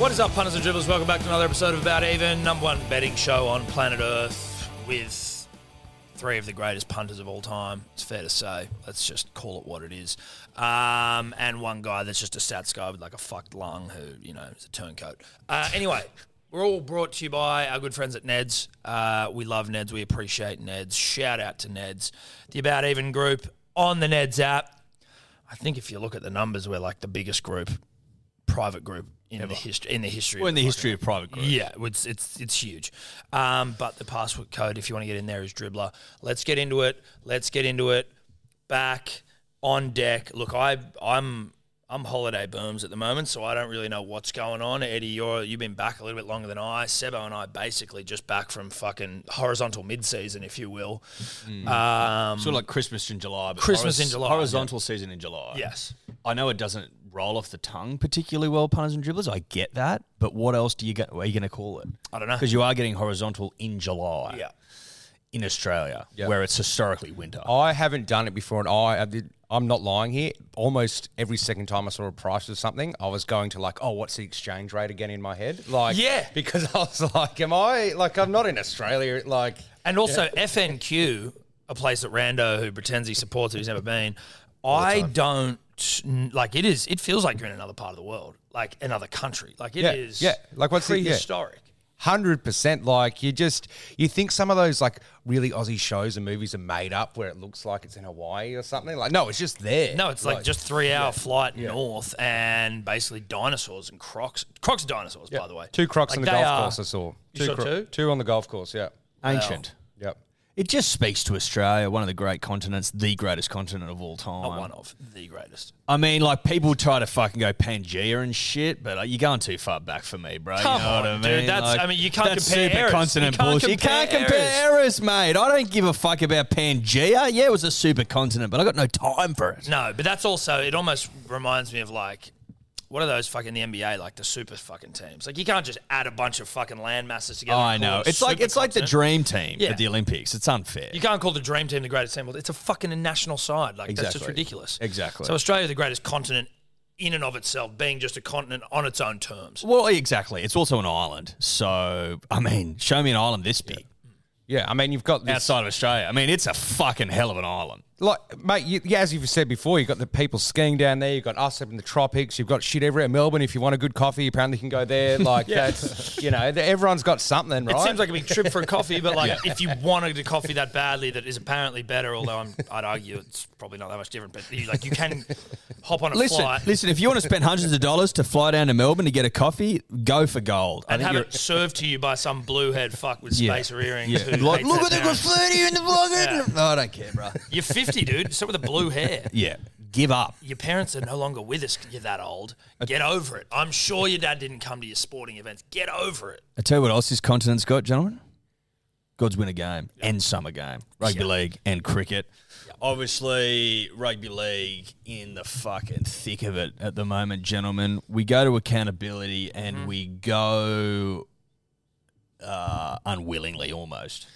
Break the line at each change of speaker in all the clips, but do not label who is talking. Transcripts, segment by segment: What is up, punters and dribblers? Welcome back to another episode of About Even, number one betting show on planet Earth with three of the greatest punters of all time. It's fair to say. Let's just call it what it is. Um, and one guy that's just a stats guy with like a fucked lung who, you know, is a turncoat. Uh, anyway, we're all brought to you by our good friends at Ned's. Uh, we love Ned's. We appreciate Ned's. Shout out to Ned's. The About Even group on the Ned's app. I think if you look at the numbers, we're like the biggest group, private group in the history in the history.
Well, in
of
the
fucking-
history of private groups.
yeah, it's it's it's huge. Um, but the password code, if you want to get in there, is dribbler. Let's get into it. Let's get into it. Back on deck. Look, I I'm I'm holiday booms at the moment, so I don't really know what's going on. Eddie, you're you've been back a little bit longer than I. Sebo and I basically just back from fucking horizontal mid season, if you will. Um,
Sort of like Christmas in July. But
Christmas in July,
Horizontal season in July.
yes.
I know it doesn't roll off the tongue particularly well, punters and dribblers. I get that. But what else do you get? What are you going to call it?
I don't know.
Because you are getting horizontal in July
Yeah.
in Australia, where it's historically winter.
Oh,
I haven't done it before, and I, I did, I'm not lying here. Almost every second time I saw a price of something, I was going to like, oh, what's the exchange rate again in my head? Like,
Yeah.
because I was like, am I like I'm not in Australia? Like,
And also FNQ, a place that Rando, who pretends he supports it, who's never been. I don't like it. Is it feels like you're in another part of the world, like another country. Like it is
Yeah, yeah. Like, what's the- yeah.
prehistoric.
Hundred percent. Like you just you think some of those like really Aussie shows and movies are made up where it looks like it's in Hawaii or something. Like no, it's just there.
No, it's like, just three hour flight north, and basically dinosaurs and crocs. Crocs are dinosaurs, by the way.
two crocs
Like,
on the
they
golf
are-
course. I saw.
You saw two?
Two on the golf course. Yeah.
Ancient.
Yep.
It just speaks to Australia, one of the great continents, the greatest continent of all time.
Not one of the greatest.
I mean, like people try to fucking go Pangea and shit, but like, you're going too far back for me, bro.
Come
you know what I
on,
mean?
dude, that's-
Like,
I mean, you can't
that's
compare
super
eras.
continent
You can't
bullshit.
compare
you can't compare eras. mate. I don't give a fuck about Pangea. Yeah, it was a super continent, but I got no time for it.
No, but that's also it. Almost reminds me of like. What are those fucking the NBA like the super fucking teams? Like you can't just add a bunch of fucking land masses together.
Oh, I
and call
know.
it a
It's like it's like the
supercontinent.
dream team
Yeah.
at the Olympics. It's unfair.
You can't call the dream team the greatest team. It's a fucking national side. Like that's just
Exactly.
ridiculous.
Exactly.
So Australia, the greatest continent in and of itself, being just a continent on its own terms.
well, exactly. It's also an island. So I mean, show me an island this big
Yeah. I mean, you've got this.
outside of Australia. I mean, it's a fucking hell of an island.
Like, mate, you, yeah, as you've said before, you've got the people skiing down there. You've got us up in the tropics. You've got shit everywhere. Melbourne, if you want a good coffee, apparently you can go there. Like, that's, you know, th- everyone's got something, right?
It seems like a big trip for a coffee, but like if you wanted a coffee that badly, that is apparently better. Although I'm, I'd argue it's probably not that much different. But you, like you can hop on a
Listen,
flight
listen. If you want to spend hundreds of dollars to fly down to Melbourne to get a coffee, go for gold. I
and
think
have
you're-
it served to you by some blue head fuck with
Yeah.
spacer earrings.
Yeah.
who
Like,
hates
look
their
at the
parents.
graffiti in the vlog.
Yeah.
No, I don't care, bro.
You're 50, dude. So with the blue hair.
Yeah, give up.
your parents are no longer with us. You're that old. Get over it. I'm sure your dad didn't come to your sporting events. Get over it.
I tell you what else this continent's got, gentlemen. God's winter game and summer game, rugby league and cricket. Obviously, rugby league in the fucking thick of it at the moment, gentlemen. We go to accountability and we go uh, unwillingly almost.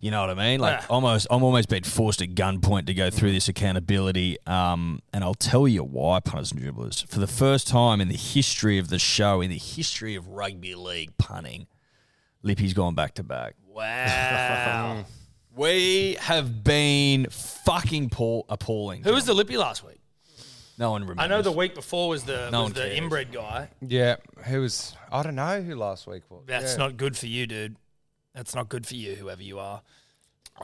You know what I mean? Like
Ah.
almost, I'm almost being forced at gunpoint to go through this accountability. Um, and I'll tell you why, punters and dribblers. For the first time in the history of the show, in the history of rugby league punning, Lippy's gone back to back.
Wow.
Mm.
We have been fucking poor, appalling.
Who was the lippy last week?
No one remembers.
I know the week before was the
No
was
one
the
cares.
inbred guy.
yeah. Who was, I don't know who last week was.
That's
Yeah.
not good for you, dude. That's not good for you, whoever you are.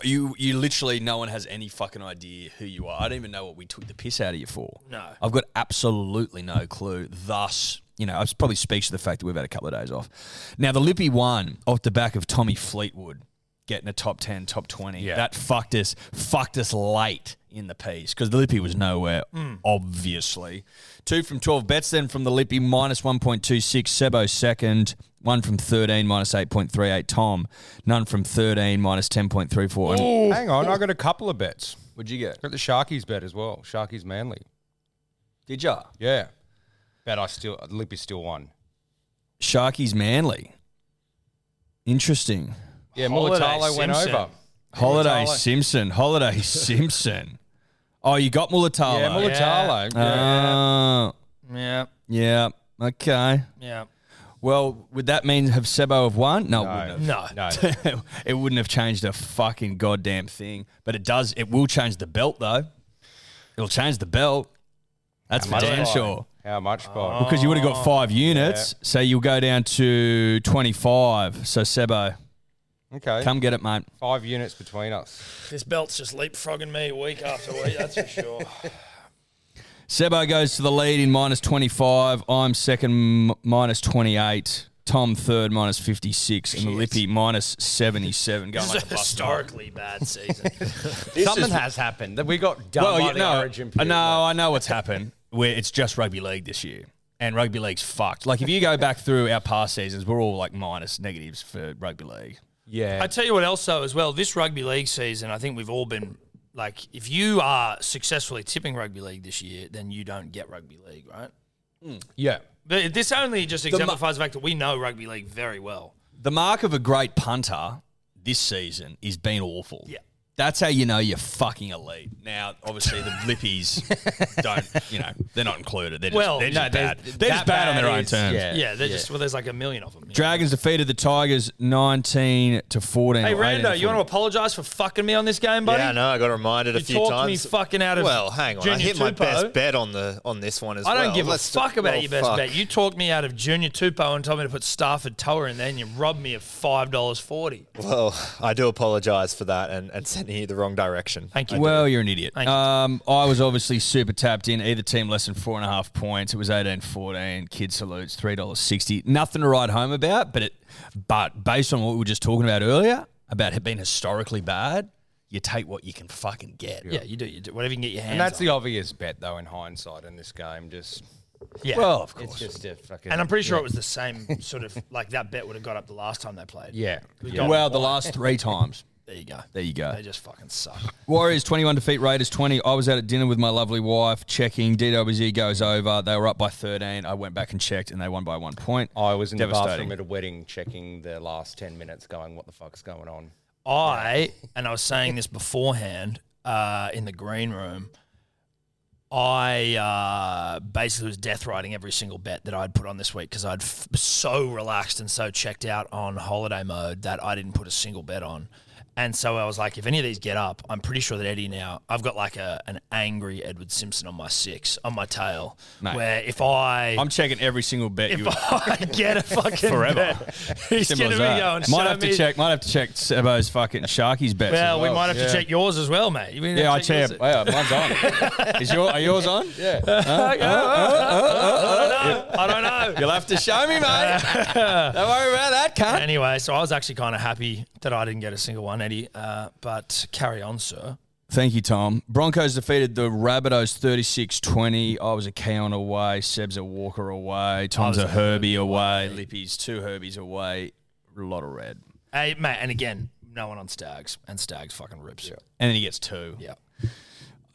you. You literally, no one has any fucking idea who you are. I don't even know what we took the piss out of you for.
No.
I've got absolutely no clue. Thus, you know, it probably speaks to the fact that we've had a couple of days off. Now, the Lippy one off the back of Tommy Fleetwood getting a top 10, top 20. That fucked us, fucked us late in the piece because the Lippy was nowhere,
Mm.
obviously. Two from 12 bets then from the Lippy, minus 1.26, Sebo second. One from 13, minus 8.38, Tom. None from 13, minus 10.34. And
Hang on. I got a couple of bets.
what'd you get?
Got the Sharkies bet as well. Sharkies Manly.
Did ya?
Yeah. Bet I still, Lippy still won.
Sharky's Manly. Interesting.
Yeah.
Holiday
Mulatalo went
Simpson.
over.
Holiday
Mulatalo.
Simpson. Holiday Simpson. Oh, Uh, you got Mulatalo.
Yeah. Mulatalo. Yeah.
Oh,
Yeah.
yeah. Okay.
Yeah.
Well, would that mean have Sebo have won? No,
No.
it wouldn't have.
No.
No.
it wouldn't have changed a fucking goddamn thing. But it does. It will change the belt though. It'll change the belt. That's for
Much
damn
by.
sure.
How much by?
Because you would have got five units, so you'll go down to twenty-five. So Sebo,
Oh.
Okay.
come get it, mate.
Five units between us.
This belt's just leapfrogging me week after week, that's for sure.
Sebo goes to the lead in minus 25. I'm second, m- minus 28. Tom third, minus 56. And Lippy, minus 77. Going
This is
like a
a
bus.
historically bad season.
This Something has happened. That we got done
Well,
by
yeah,
the origin
no,
period.
no, I know what's happened. Where it's just rugby league this year. And rugby league's fucked. Like, if you go back through our past seasons, we're all like minus negatives for rugby league.
Yeah.
I tell you what else though as well. This rugby league season, I think we've all been like, if you are successfully tipping rugby league this year, then you don't get rugby league, right?
yeah.
But this only just exemplifies the fact that we know rugby league very well.
The mark of a great punter this season is being awful.
Yeah.
That's how you know you're fucking elite. Now, obviously, the Lippies don't, you know, they're not included. They're just,
Well,
they're just
no,
bad.
there's-
They're just
that
bad on their
bad
own
is-
terms.
Yeah,
yeah.
they're just well, there's like a million of them. yeah.
Dragons defeated the Tigers 19 to 14.
Hey
or 18
Rando, you want to apologise for fucking me on this game, buddy?
Yeah, I know. I got reminded a
You
few
talked
times.
me fucking out of
Well, hang on. I
Junior
hit my
Tupou.
best bet on the on this one as
I
well.
don't give
Let's-
a fuck about
well,
your best
fuck.
bet. You talked me out of Junior Tupou and told me to put Stafford Toa in there, and you robbed me of five dollars forty.
Well, I do apologise for that and, and sending you the wrong direction.
Thank you.
Well, you're an idiot.
Thank you.
Um, I was obviously super tapped in. Either team less than four and a half points. It was 18 14. Kid salutes, $3.60. Nothing to write home about, but it, but based on what we were just talking about earlier, about it being historically bad, you take what you can fucking get.
yeah, you do. You do whatever you can get your hands.
And that's
on.
the obvious bet, though, in hindsight, in this game. Just,
yeah.
Well, of
it's
course.
just a fucking.
and I'm pretty sure it was the same sort of like that bet would have got up the last time they played.
yeah. yeah.
got-
Well, the last three times.
There you go.
There you go.
They just fucking suck.
Warriors 21 defeat Raiders 20. I was out at dinner with my lovely wife checking. DWZ goes over. They were up by 13. I went back and checked and they won by one point.
I was in the
Devastating.
bathroom at a wedding checking the last 10 minutes, going, what the fuck's going on?
I and I was saying this beforehand uh, in the green room. I uh, basically was death riding every single bet that I'd put on this week because I'd f- so relaxed and so checked out on holiday mode that I didn't put a single bet on. And so I was like, if any of these get up, I'm pretty sure that Eddie now, I've got like a, an angry Edward Simpson on my six, on my tail, where if I,
I'm checking every single bet you
if I get a fucking
Forever.
bet, he's going
Simple
to
as
be
that.
going,
Might
"Show
have to
me
check. Might have to check Sebo's fucking Sharkies bets.
Well,
as
we might have to check yours as well, mate. We
Yeah, I
didn't check
check. Wow, mine's on. Is your, are yours on? Yeah.
yours. I don't know.
You'll have to show me, mate. Don't worry about that, cunt.
Anyway, so I was actually kind of happy that I didn't get a single one, Eddie. Uh, but carry on, sir.
Thank you, Tom. Broncos defeated the Rabbitohs 36-20. I was a Keon away. Seb's a Walker away. Tom's a
a
Herbie away. Lippy's two Herbies away. A lot of red.
Hey, mate, and again, no one on Stags, and Stags fucking rips. Yeah.
And then he gets two.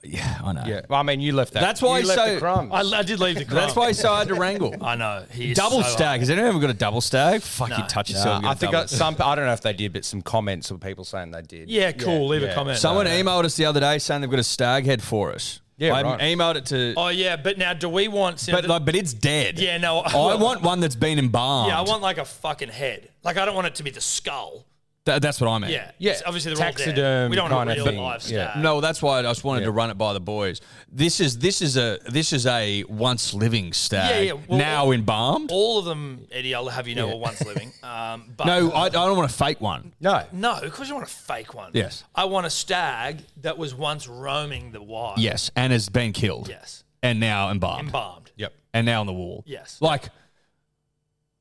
Yeah, I know.
Yeah. Well, I mean, you left that.
That's why
you
he's
left
so-
the crumbs.
I, I did leave the
That's why he's so hard to wrangle.
I know. He is
double
so
stag. Has anyone ever got a double stag? Fuck, you
No.
touch
Uh,
yourself. you
I
got a
think
double.
I, some. I don't know if they did, but some comments were people saying they did.
Yeah, cool. leave a comment.
Someone emailed us the other day saying they've got a stag head for us.
Yeah,
I
right.
emailed it to,
oh, yeah, but now do we want.
but like, but it's dead.
Yeah, no,
I want one that's been embalmed.
Yeah, I want like a fucking head. Like, I don't want it to be the skull.
Tha- that's what I meant.
Yeah.
Yeah,
It's obviously, the
taxiderm
We don't want a
kind
real
of thing.
live
Yeah.
stag.
No, that's why I just wanted to run it by the boys. This is this is a this is a once living stag.
Yeah, yeah, well-
now embalmed.
All of them, Eddie, I'll have you know, were once living. Um, but
no, I, I don't want a fake one.
No.
No, because you want a fake one.
Yes.
I want a stag that was once roaming the wild.
Yes, and has been killed.
Yes.
and now embalmed.
Embalmed.
Yep.
and now on the wall.
Yes.
like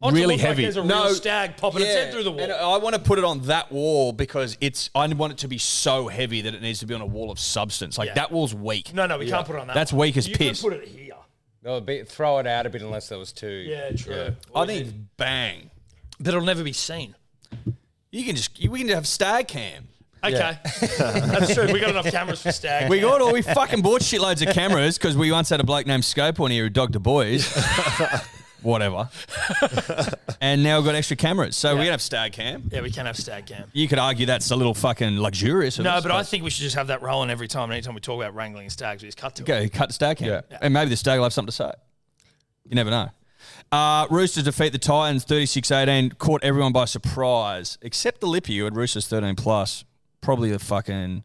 I want it to
Really
look
heavy.
Like there's a
No.
real stag popping its head through the
And uh,
wall.
I want to put it on that wall because it's. I want it to be so heavy that it needs to be on a wall of substance. Like
Yeah.
that wall's weak.
No, no, we can't put it on that.
That's
one.
weak as
you could
piss.
put it here.
They'll be, throw it out a bit unless there was two.
Yeah, true.
I think bang.
but it'll never be seen.
You can just. You, we can have stag cam.
Okay, that's true. We got enough cameras for stag.
We got all we fucking bought shitloads of cameras because we once had a bloke named Scope on here who dogged the boys. Whatever. and now we've got extra cameras. So we can have stag cam.
yeah, we can have stag cam.
You could argue that's a little fucking luxurious. of
No,
us,
but I think we should just have that rolling every time. And anytime we talk about wrangling stags, we just cut to it.
go cut the stag cam.
Yeah.
And maybe the stag will have something to say. You never know. Uh, Roosters defeat the Titans 36 18, caught everyone by surprise, except the Lippy, who had Roosters 13 plus. Probably a fucking.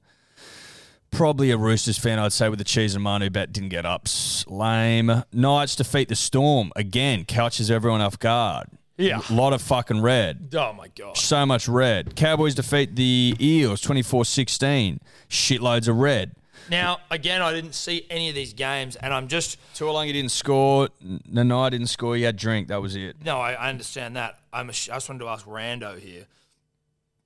Probably a Roosters fan, I'd say, with the cheese and Manu bet didn't get up. S- Lame. Knights defeat the Storm. Again, couches everyone off guard.
Yeah.
A lot of fucking red.
Oh my god.
So much red. Cowboys defeat the Eels 24 16. Shitloads of red.
Now, again, I didn't see any of these games, and I'm just
Tuolungi didn't score. N- Nanai didn't score. He had drink. That was it.
no. I, I understand that. I'm. ass- I just wanted to ask Rando here.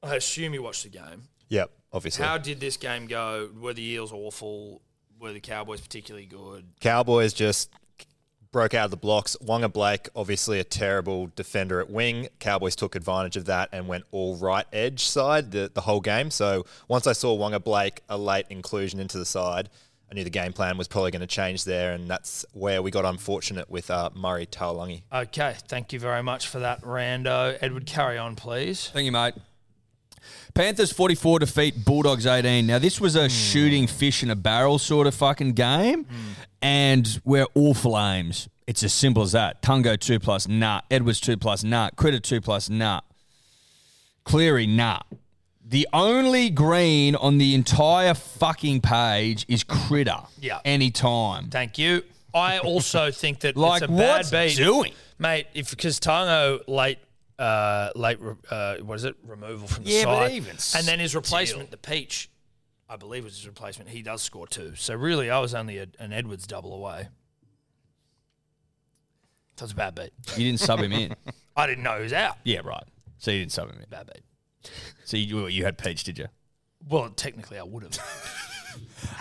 I assume you watched the game.
Yep, obviously.
How did this game go? Were the Eels awful? Were the Cowboys particularly good?
Cowboys just broke out of the blocks. Wonga Blake, obviously a terrible defender at wing. Cowboys took advantage of that and went all right edge side the, the whole game. So once I saw Wonga Blake a late inclusion into the side, I knew the game plan was probably going to change there, and that's where we got unfortunate with uh, Murray Taolungi.
Okay, thank you very much for that, Rando. Edward, carry on, please.
Thank you, mate. Panthers 44 defeat Bulldogs 18. Now, this was a shooting fish in a barrel sort of fucking game, and we're awful aims. It's as simple as that. Tungo 2 plus, nah. Edwards 2 plus, nah. Critter 2 plus, nah. Cleary, nah. The only green on the entire fucking page is Critter.
Yeah.
Anytime.
Thank you. I also think that
Like,
it's a
what's
bad beat,
doing?
mate. If because Tango late, uh, late, re- uh, what is it? Removal from the
Yeah,
side,
but even
and then his replacement, the Peach, I believe was his replacement. He does score two. So really, I was only a, an Edwards double away. That's a bad beat.
You didn't sub him in.
I didn't know he was out.
Yeah, right. So you didn't sub him in.
Bad beat.
So you, you had Peach, did you?
Well, technically, I would have.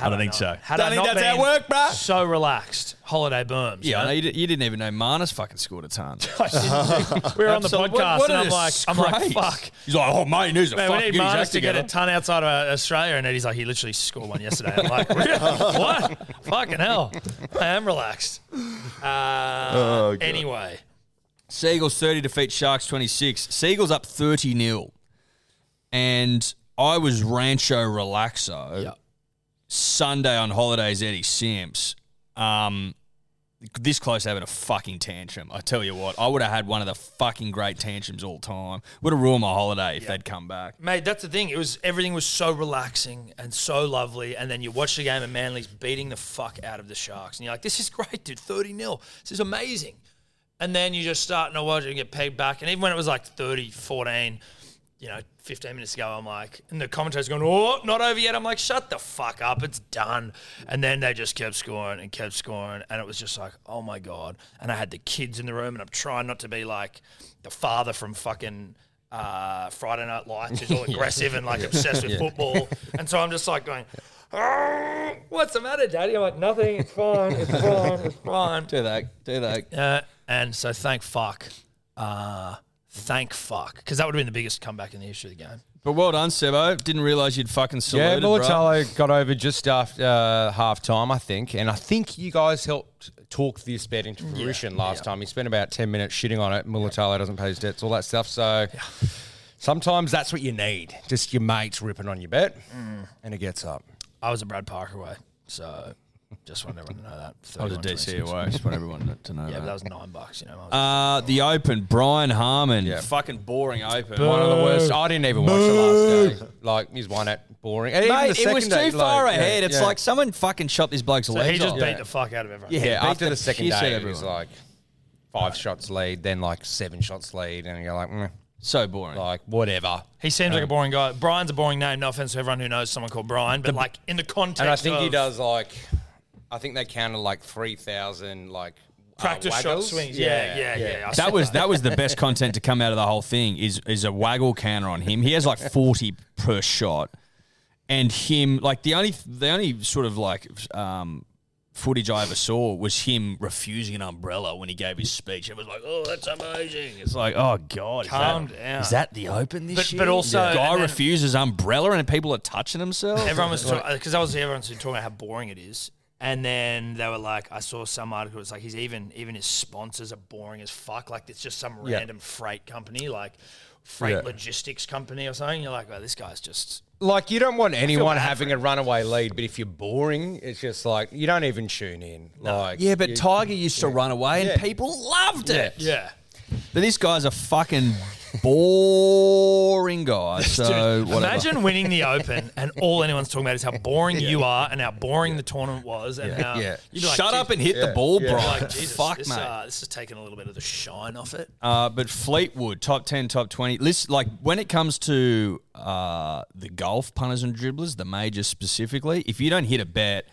I don't think so.
Had
don't
I
think
not
that's
been
at work, bruh.
so relaxed, holiday berms.
Yeah, I
you know?
know you, di- you didn't even know Marnus fucking scored a ton.
we were on the
So
podcast, and I'm like, I'm like, fuck.
He's like, oh, mate, news a
Man,
fucking
we need
get his
Marnus
act
to get a
together.
ton outside of uh, Australia, and Eddie's like, he literally scored one yesterday. I'm like, really? what? Fucking hell! I am relaxed. Uh, anyway,
Seagulls 30 defeat Sharks 26. Seagulls up 30 nil. And I was Rancho Relaxo
Yep.
Sunday on holidays, Eddie Sims. Um, this close to having a fucking tantrum. I tell you what, I would have had one of the fucking great tantrums all time. Would have ruined my holiday if they'd come back.
mate, that's the thing. It was everything was so relaxing and so lovely, and then you watch the game, and Manly's beating the fuck out of the Sharks, and you're like, this is great, dude. Thirty 0 This is amazing. And then you just start to watch it and get pegged back. And even when it was like 30, 14, you know, 15 minutes ago, I'm like, and the commentator's going, oh, not over yet. I'm like, shut the fuck up. It's done. And then they just kept scoring and kept scoring. And it was just like, oh my God. And I had the kids in the room, and I'm trying not to be like the father from fucking. Uh, Friday Night Lights who's all aggressive and like obsessed with football, and so I'm just like going, "Oh, "What's the matter, Daddy?" I'm like, "Nothing. It's fine. It's fine. It's fine."
Do that. Do that.
Uh, and so thank fuck. Uh, thank fuck. Because that would have been the biggest comeback in the history of the game.
But well done, Sebo. Didn't realise you'd fucking
Yeah,
saluted, bro.
Militello got over just after uh, half time, I think. And I think you guys helped talk this bet into fruition last time. You spent about 10 minutes shitting on it. Militello doesn't pay his debts, all that stuff. So sometimes that's what you need. Just your mates ripping on your bet,
Mm.
and it gets up.
I was a Brad Parker away. So just wanted everyone to know that.
I was a DC away. Just want everyone to know
Yeah, but
that.
that was nine bucks, you know. I was-
Uh, the Open, Brian Harmon.
Yeah.
Fucking boring Open.
One of the worst. I didn't even watch the last day. Like, he's one at boring. And even
Mate,
the
it was too
second day,
far
like, yeah,
ahead. it's
yeah.
like someone fucking shot this bloke's
so he
legs
just
off.
beat the fuck out of everyone.
Yeah.
Yeah,
beat
after
the
the second
piss out of
day, it was
everyone.
like five shots lead, then like seven shots lead, and you're like, mm,
So boring.
like whatever.
He seems like a boring guy. Brian's a boring name. No offense to everyone who knows someone called Brian, but like in the context,
And I think he
of
does like, I think they counted like three thousand like uh,
practice shot
waggles.
swings. Yeah, yeah, yeah. I
that
said
was that was the best content to come out of the whole thing. Is is a waggle counter on him. He has like forty per shot, and him like the only the only sort of like um, footage I ever saw was him refusing an umbrella when he gave his speech. It was like, oh, that's amazing. It's like, oh god, is
Calm
that,
down.
Is that the open this
But-
year?
but also-
the guy
and then-
refuses umbrella and people are touching themselves.
uh, Everyone was because that was everyone's talking about how boring it is, And then they were like, I saw some article. It's like he's even even his sponsors are boring as fuck. Like it's just some
Yeah.
random freight company, like freight
Yeah.
logistics company or something. You're like, oh, this guy's just
Like you don't want anyone
bad
having a runaway lead, but if you're boring, it's just like you don't even tune in. Like
Yeah, but Tiger used to run away and
Yeah.
people loved it.
yeah.
But this guy's a fucking boring guy. So
Dude,
whatever.
imagine winning the Open and all anyone's talking about is how boring you are and how boring the tournament was and how
Yeah.
you'd be like,
Shut
"Dude,"
up and hit the
Yeah.
ball,
Yeah.
you'd be
Brian.
like, Jesus,
Fuck,
this,
mate.
Uh, this is taking a little bit of the shine off it.
Uh, but Fleetwood, top 10, top 20. Listen, like when it comes to uh, the golf punters and dribblers, the majors specifically, if you don't hit a bet,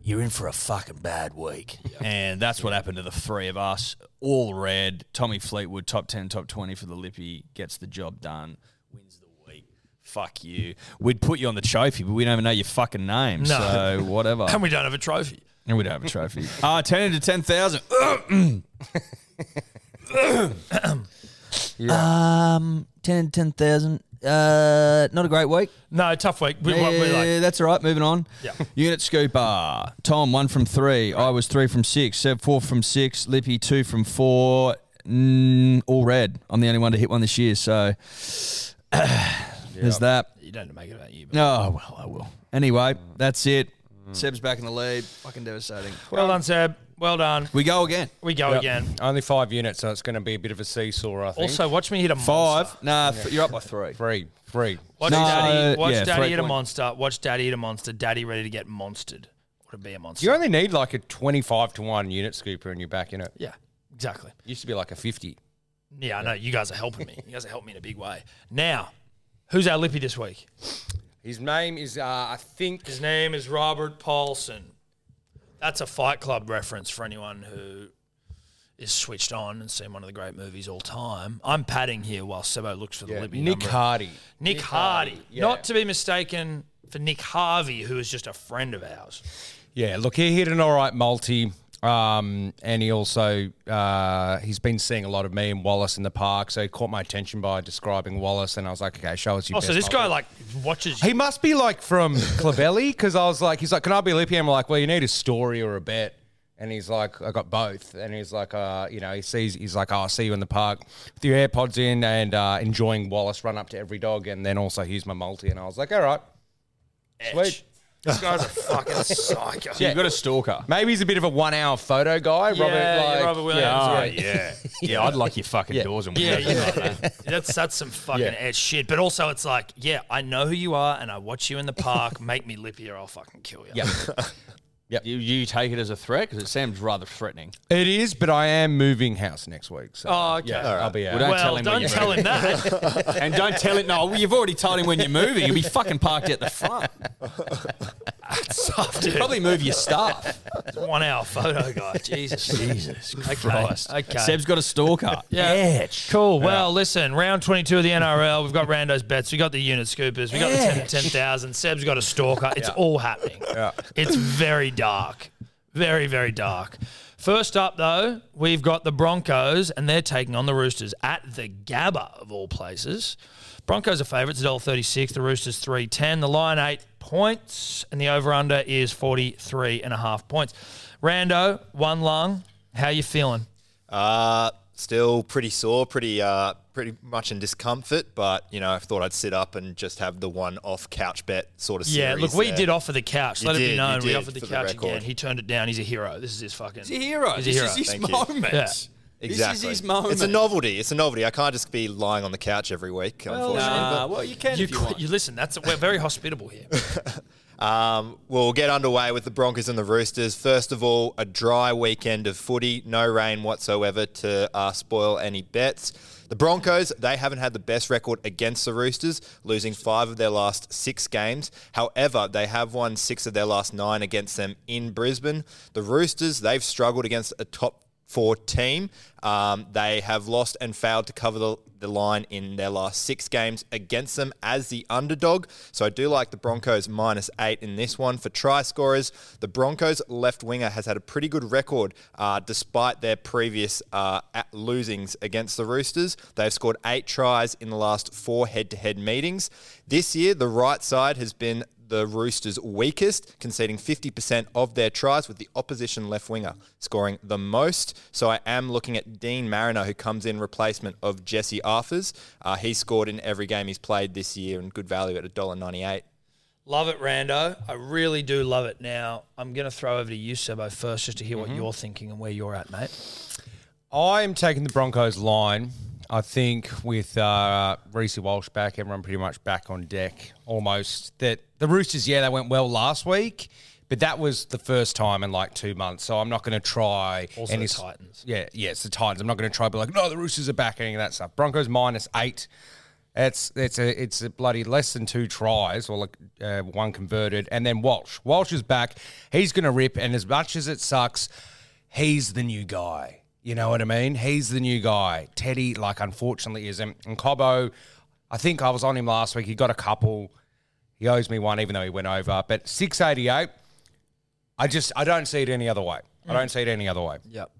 you're in for a fucking bad week. And that's what happened to the three of us. All red. Tommy Fleetwood, top 10, top 20 for the Lippy, gets the job done, wins the week. Fuck you. We'd put you on the trophy, but we don't even know your fucking name.
No.
So whatever.
And we don't have a trophy.
And we don't have a trophy. Uh, 10 into 10,000. um, 10 into 10,000. Uh, not a great week.
No, tough week. We,
Yeah,
we- we like,
that's all right. Moving on.
Yeah.
Unit scooper. Tom, one from three. I was three from six. Seb, four from six. Lippy, two from four. Mm, all red. I'm the only one to hit one this year. So there's that.
you don't make it about you. But.
Oh, well, I will. Anyway, that's it. Seb's back in the lead. Fucking devastating.
Well done, Seb. Well done.
We go again.
We go
Yep.
again.
Only five units, so it's going to be a bit of a seesaw. I think.
Also, watch me hit a monster.
Five. Nah, th- you're up by three.
three, three.
Watch
No,
daddy. Watch
yeah,
daddy
three
hit a
point.
monster. Watch daddy hit a monster. Daddy ready to get monstered. Or to be a monster.
You only need like a twenty-five to one unit scooper, and you're back in it.
yeah, exactly.
Used to be like a fifty.
Yeah, I know. You guys are helping me. You guys are helping me in a big way. Now, who's our lippy this week?
His name is, uh, I think,
His name is Robert Paulson. That's a Fight Club reference for anyone who is switched on and seen one of the great movies all time. I'm padding here while Sebo looks for the lippy
Nick
number.
Hardy.
Nick, Hardy.
yeah.
Not to be mistaken for Nick Harvey, who is just a friend of ours.
Yeah, look, he hit an all right multi. Um, and he also uh, he's been seeing a lot of me and Wallace in the park, so he caught my attention by describing Wallace, and I was like, okay, show us your.
Oh, so
best
this
multi.
guy, like, watches you.
He must be like from Clavelli because I was like, he's like, can I be Lippy? I'm like, well, you need a story or a bet. And he's like, I got both. And he's like, uh, you know, he sees, he's like, oh, I'll see you in the park with your AirPods in and uh, enjoying Wallace run up to every dog. And then also, here's my multi. And I was like, all right,
Etch. This guy's a fucking psycho.
You've got a stalker.
maybe he's a bit of a one hour photo guy.
Yeah,
Robert, like,
Robert Williams.
Yeah.
right.
yeah. Yeah, I'd lock your fucking doors and
Yeah,
windows.
you know, that's that's some fucking
Yeah.
ass shit. But also, it's like, yeah, I know who you are, and I watch you in the park. Make me lippy, or I'll fucking kill you.
Yeah.
You, you take it as a threat because it seems rather threatening.
It is, but I am moving house next week. So
Oh, okay.
yeah,
All
I'll be out.
Well, don't tell
well,
him
don't
when you're
tell him that.
and don't tell it. No, well, you've already told him when you're moving. You'll be fucking parked at the front.
Soft, dude.
Probably move your staff.
one hour photo guy. Jesus, Jesus
Christ.
Okay. okay.
Seb's got a stalker.
Yeah. Cool. Well, listen, round 22 of the NRL. We've got Rando's bets. we got the unit scoopers. we got the 10 10,000. Seb's got a stalker. It's all happening. It's very dark. Very, very dark. First up, though, we've got the Broncos, and they're taking on the Roosters at the Gabba, of all places. Broncos are favourites at $1.36. The Roosters 310. The line eight points, and the over under is 43 and a half points. Rando, one lung. How you feeling?
Uh, still pretty sore, pretty uh, pretty much in discomfort. But you know, I thought I'd sit up and just have the one off couch bet sort of.
Yeah,
series
look, we
there.
did offer the couch.
You
Let it
did,
be
you
known we
did,
offered the
for the
couch
record.
again. He turned it down. He's a hero. This is his fucking.
He's a hero.
He's a
this
hero.
is his
Thank you.
moment.
Yeah.
Exactly.
This is his moment.
It's a novelty. It's a novelty. I can't just be lying on the couch every week. unfortunately.
Nah, Uh, well, you can
You,
if you want.
you listen. That's we're very hospitable here.
Um, we'll get underway with the Broncos and the Roosters. First of all, a dry weekend of footy, no rain whatsoever to uh, spoil any bets. The Broncos, they haven't had the best record against the Roosters, losing five of their last six games. However, they have won six of their last nine against them in Brisbane. The Roosters, they've struggled against a top for team. Um, they have lost and failed to cover the, the line in their last six games against them as the underdog. So I do like the Broncos minus eight in this one for try scorers. The Broncos left winger has had a pretty good record uh, despite their previous uh, at losings against the Roosters. They've scored eight tries in the last four head to head meetings. This year, the right side has been the Roosters' weakest, conceding 50% of their tries, with the opposition left winger scoring the most. So I am looking at Dean Mariner, who comes in replacement of Jesse Arthurs. Uh, he scored in every game he's played this year, and good value at $1.98.
Love it, Rando. I really do love it. Now, I'm going to throw over to you, Sebo, first, just to hear
Mm-hmm.
what you're thinking and where you're at, mate.
I'm taking the Broncos line. I think with uh, Reese Walsh back, everyone pretty much back on deck almost. That the Roosters, yeah, they went well last week, but that was the first time in like two months. So I'm not going to try
Also
any
the Titans.
Yeah, yeah, it's the Titans. I'm not going to try to be like, no, the Roosters are back any of that stuff. Broncos minus eight. It's it's a it's a bloody less than two tries or like uh, one converted, and then Walsh. Walsh is back. He's going to rip, and as much as it sucks, he's the new guy. You know what I mean? He's the new guy. Teddy, like, unfortunately, isn't. And Cobbo, I think I was on him last week. He got a couple. He owes me one, even though he went over. But six eighty eight. I just I don't see it any other way.
Mm.
I don't see it any other way.
Yep.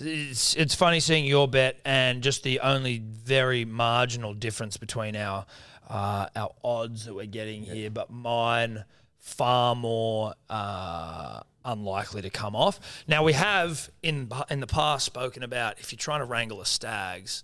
It's, it's funny seeing your bet and just the only very marginal difference between our uh, our odds that we're getting here, but mine far more uh, unlikely to come off. Now we have in in the past spoken about if you're trying to wrangle a stags,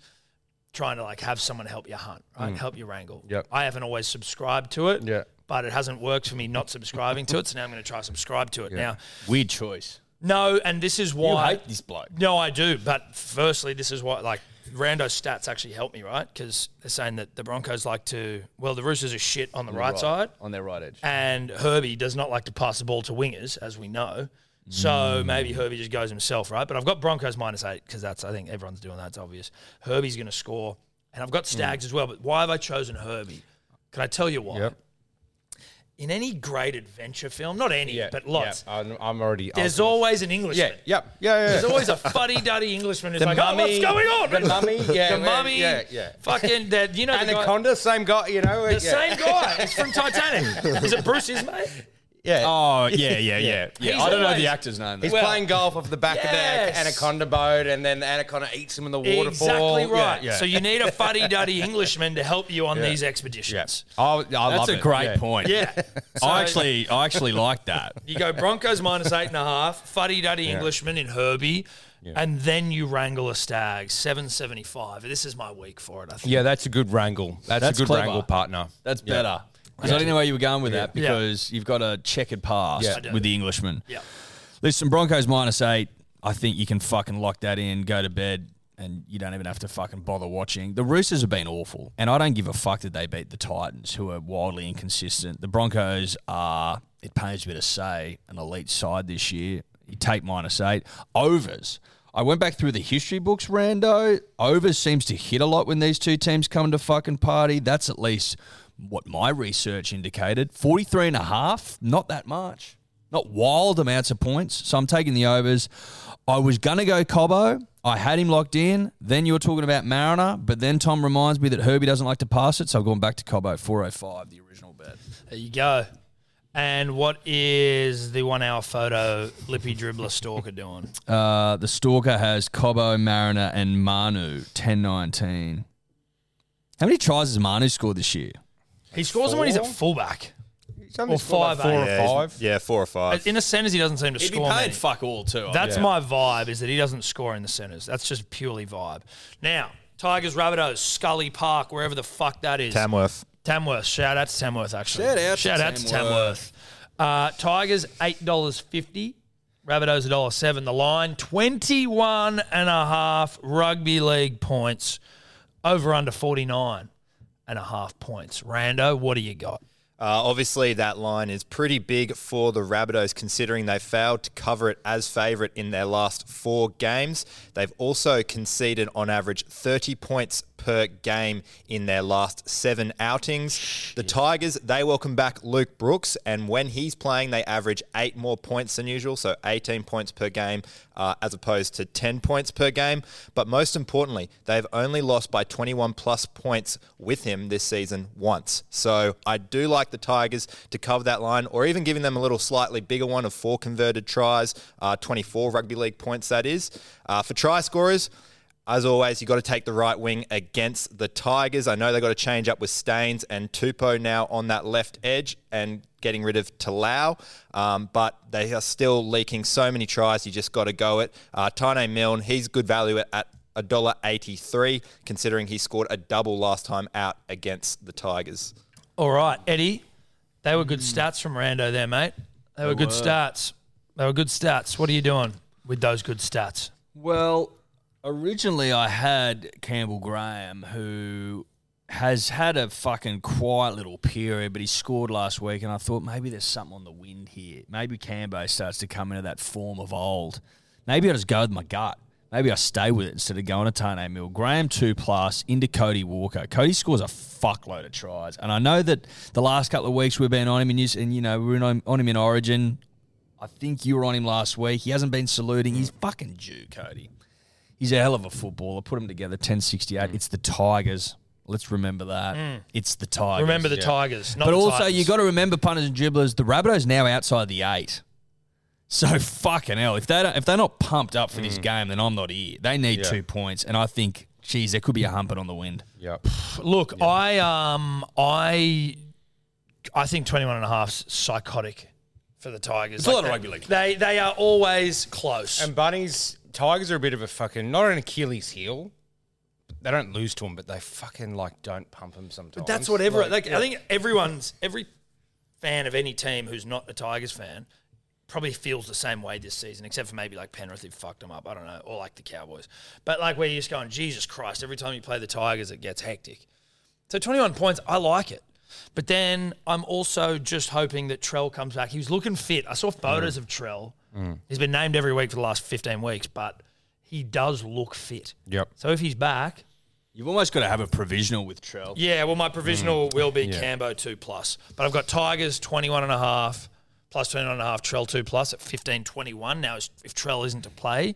trying to like have someone help you hunt, right? Help you wrangle.
Yep.
I haven't always subscribed to it.
Yeah.
But it hasn't worked for me not subscribing to it, so now I'm going to try subscribe to it. Now,
Weird choice.
no, and this is
You
why
hate this bloke.
no, I do. But firstly, this is what like Rando's stats actually help me, right? Because they're saying that the Broncos like to well, the Roosters are shit on the right, side,
On their right edge.
and Herbie does not like to pass the ball to wingers, as we know. So
Mm.
maybe Herbie just goes himself, right? But I've got Broncos minus eight because that's I think everyone's doing that. It's obvious. Herbie's going to score, and I've got Stags as well. But why have I chosen Herbie? Can I tell you why?
Mm. Yep.
In any great adventure film, not any, but lots,
Yeah, I'm, I'm already.
there's
I'm-
always an Englishman.
Yeah, yeah, yeah,
There's
yeah.
always a fuddy-duddy Englishman who's
The
like, oh, what's
mummy-
going on?
the mummy, yeah,
the
yeah,
mummy,
yeah, yeah.
fucking, the, you know, the, guy,
Anaconda, same guy, you know.
the
yeah.
same guy. It's from Titanic. Is it Bruce's mate?
Yeah.
Oh, yeah, yeah, yeah. yeah.
He's
I don't know
always-
the actor's name.
He's
Well-
playing golf off the back
Yes.
of the anaconda boat, and then the anaconda eats him in the waterfall.
Exactly
Yeah,
right.
yeah.
So you need a fuddy-duddy Englishman to help you on these expeditions.
Oh, I love
That's a
it.
great
Yeah.
point.
Yeah.
I actually, I actually like that.
You go Broncos minus eight and a half, fuddy-duddy Englishman in Herbie, and then you wrangle a stag, 775. This is my week for it, I think.
Yeah, that's a good wrangle. That's,
That's
a good
clever.
wrangle partner.
That's better. Because I didn't know where you were going with that
Yeah.
because you've got a checkered past
Yeah. I
do.
with the Englishman.
Yeah.
Listen, Broncos minus eight. I think you can fucking lock that in, go to bed, and you don't even have to fucking bother watching. The Roosters have been awful, and I don't give a fuck that they beat the Titans, who are wildly inconsistent. The Broncos are, it pains me to say, an elite side this year. You take minus eight. Overs. I went back through the history books, Rando. Overs seems to hit a lot when these two teams come to fucking party. That's at least what my research indicated. 43 and a half, not that much not wild amounts of points. So I'm taking the overs. I was going to go Cobbo. I had him locked in. Then you were talking about Mariner, but then Tom reminds me that Herbie doesn't like to pass it. So I've gone back to Cobbo, 405, the original bet.
There you go. And what is the one hour photo Lippy Dribbler Stalker doing?
Uh, the Stalker has Cobbo, Mariner, and Manu, 1019. How many tries has Manu scored this year?
He scores them when he's at footback. Or five, eight.
four or
Yeah, he's-
five.
Yeah, four or five.
In the centres, he doesn't seem to score. many.
fuck all, too.
That's my vibe, is that he doesn't score in the centres. That's just purely vibe. Now, Tigers, Rabbitohs, Scully Park, wherever the fuck that is.
Tamworth.
Tamworth. Shout out to Tamworth, actually.
Shout out to
Shout out to Tamworth.
Tamworth.
Uh, Tigers, $8.50. Rabbitohs, $1.07. The line, 21 and a half rugby league points. Over under 49 and a half points. Rando, what do you got?
Uh, obviously, that line is pretty big for the Rabbitohs, considering they failed to cover it as favourite in their last four games. They've also conceded on average 30 points per game in their last seven outings. The Tigers, they welcome back Luke Brooks, and when he's playing, they average eight more points than usual, so 18 points per game uh, as opposed to 10 points per game. But most importantly, they've only lost by 21 plus points with him this season once. So I do like the Tigers to cover that line or even giving them a little slightly bigger one of four converted tries, uh, 24 rugby league points, that is. Uh, for try scorers, as always, you've got to take the right wing against the Tigers. I know they've got to change up with Staines and Tupou now on that left edge and getting rid of Talau, um, but they are still leaking so many tries. You just got to go it. Uh, Tane Milne, he's good value at, at $1.83, considering he scored a double last time out against the Tigers.
All right, Eddie. They were good stats from Rando there, mate. They were good
Hmm. were.
stats. They were good stats. What are you doing with those good stats?
Well, originally I had Campbell Graham, who has had a fucking quiet little period, but he scored last week, and I thought maybe there's something on the wind here. Maybe Cambo starts to come into that form of old. Maybe I just go with my gut. Maybe I stay with it instead of going to Tane Mill. Graham two plus into Cody Walker. Cody scores a fuckload of tries, and I know that the last couple of weeks we've been on him, in his, and you know we were on him, on him in Origin. I think you were on him last week. He hasn't been saluting. He's fucking due, Cody. He's a hell of a footballer. Put him together,
Mm.
1068. It's the Tigers. Let's remember that. It's the Tigers.
Remember the Tigers, not
But
the
also,
Titans.
you got to remember punters and dribblers. The Rabbitohs now outside the eight. So fucking hell, if they don't, if they're not pumped up for
Mm.
this game, then I'm not here. They need
Yeah.
two points, and I think, geez, there could be a humping on the wind.
Yep.
Look, I um I I think 21 and a half's psychotic for the Tigers.
It's a lot of rugby league.
They they are always close.
And Bunnies, Tigers are a bit of a fucking not an Achilles heel. They don't lose to him, but they fucking like don't pump him
But
sometimes.
that's what everyone. Like, I think everyone's every fan of any team who's not a Tigers fan probably feels the same way this season, except for maybe like Penrith who fucked them up. I don't know, or like the Cowboys. But like where you're just going, Jesus Christ! Every time you play the Tigers, it gets hectic. So 21 points, I like it. But then I'm also just hoping that Trell comes back. He was looking fit. I saw photos of Trell. He's been named every week for the last 15 weeks, but he does look fit.
Yep.
So if he's back,
You've almost got to have a provisional with Trell.
yeah, well, my
Mm.
provisional will be Cambo 2 plus. But I've got Tigers 21 and a half, plus 21 and a half, Trell 2 plus at 15 21. Now, is- if Trell isn't to play,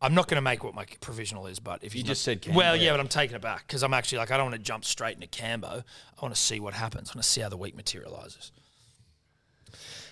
I'm not going to make what my provisional is, but if you
just said Cambo.
Well, yeah, but I'm taking it back because I'm actually like, I don't want to jump straight into Cambo. I want to see what happens. I want to see how the week materializes.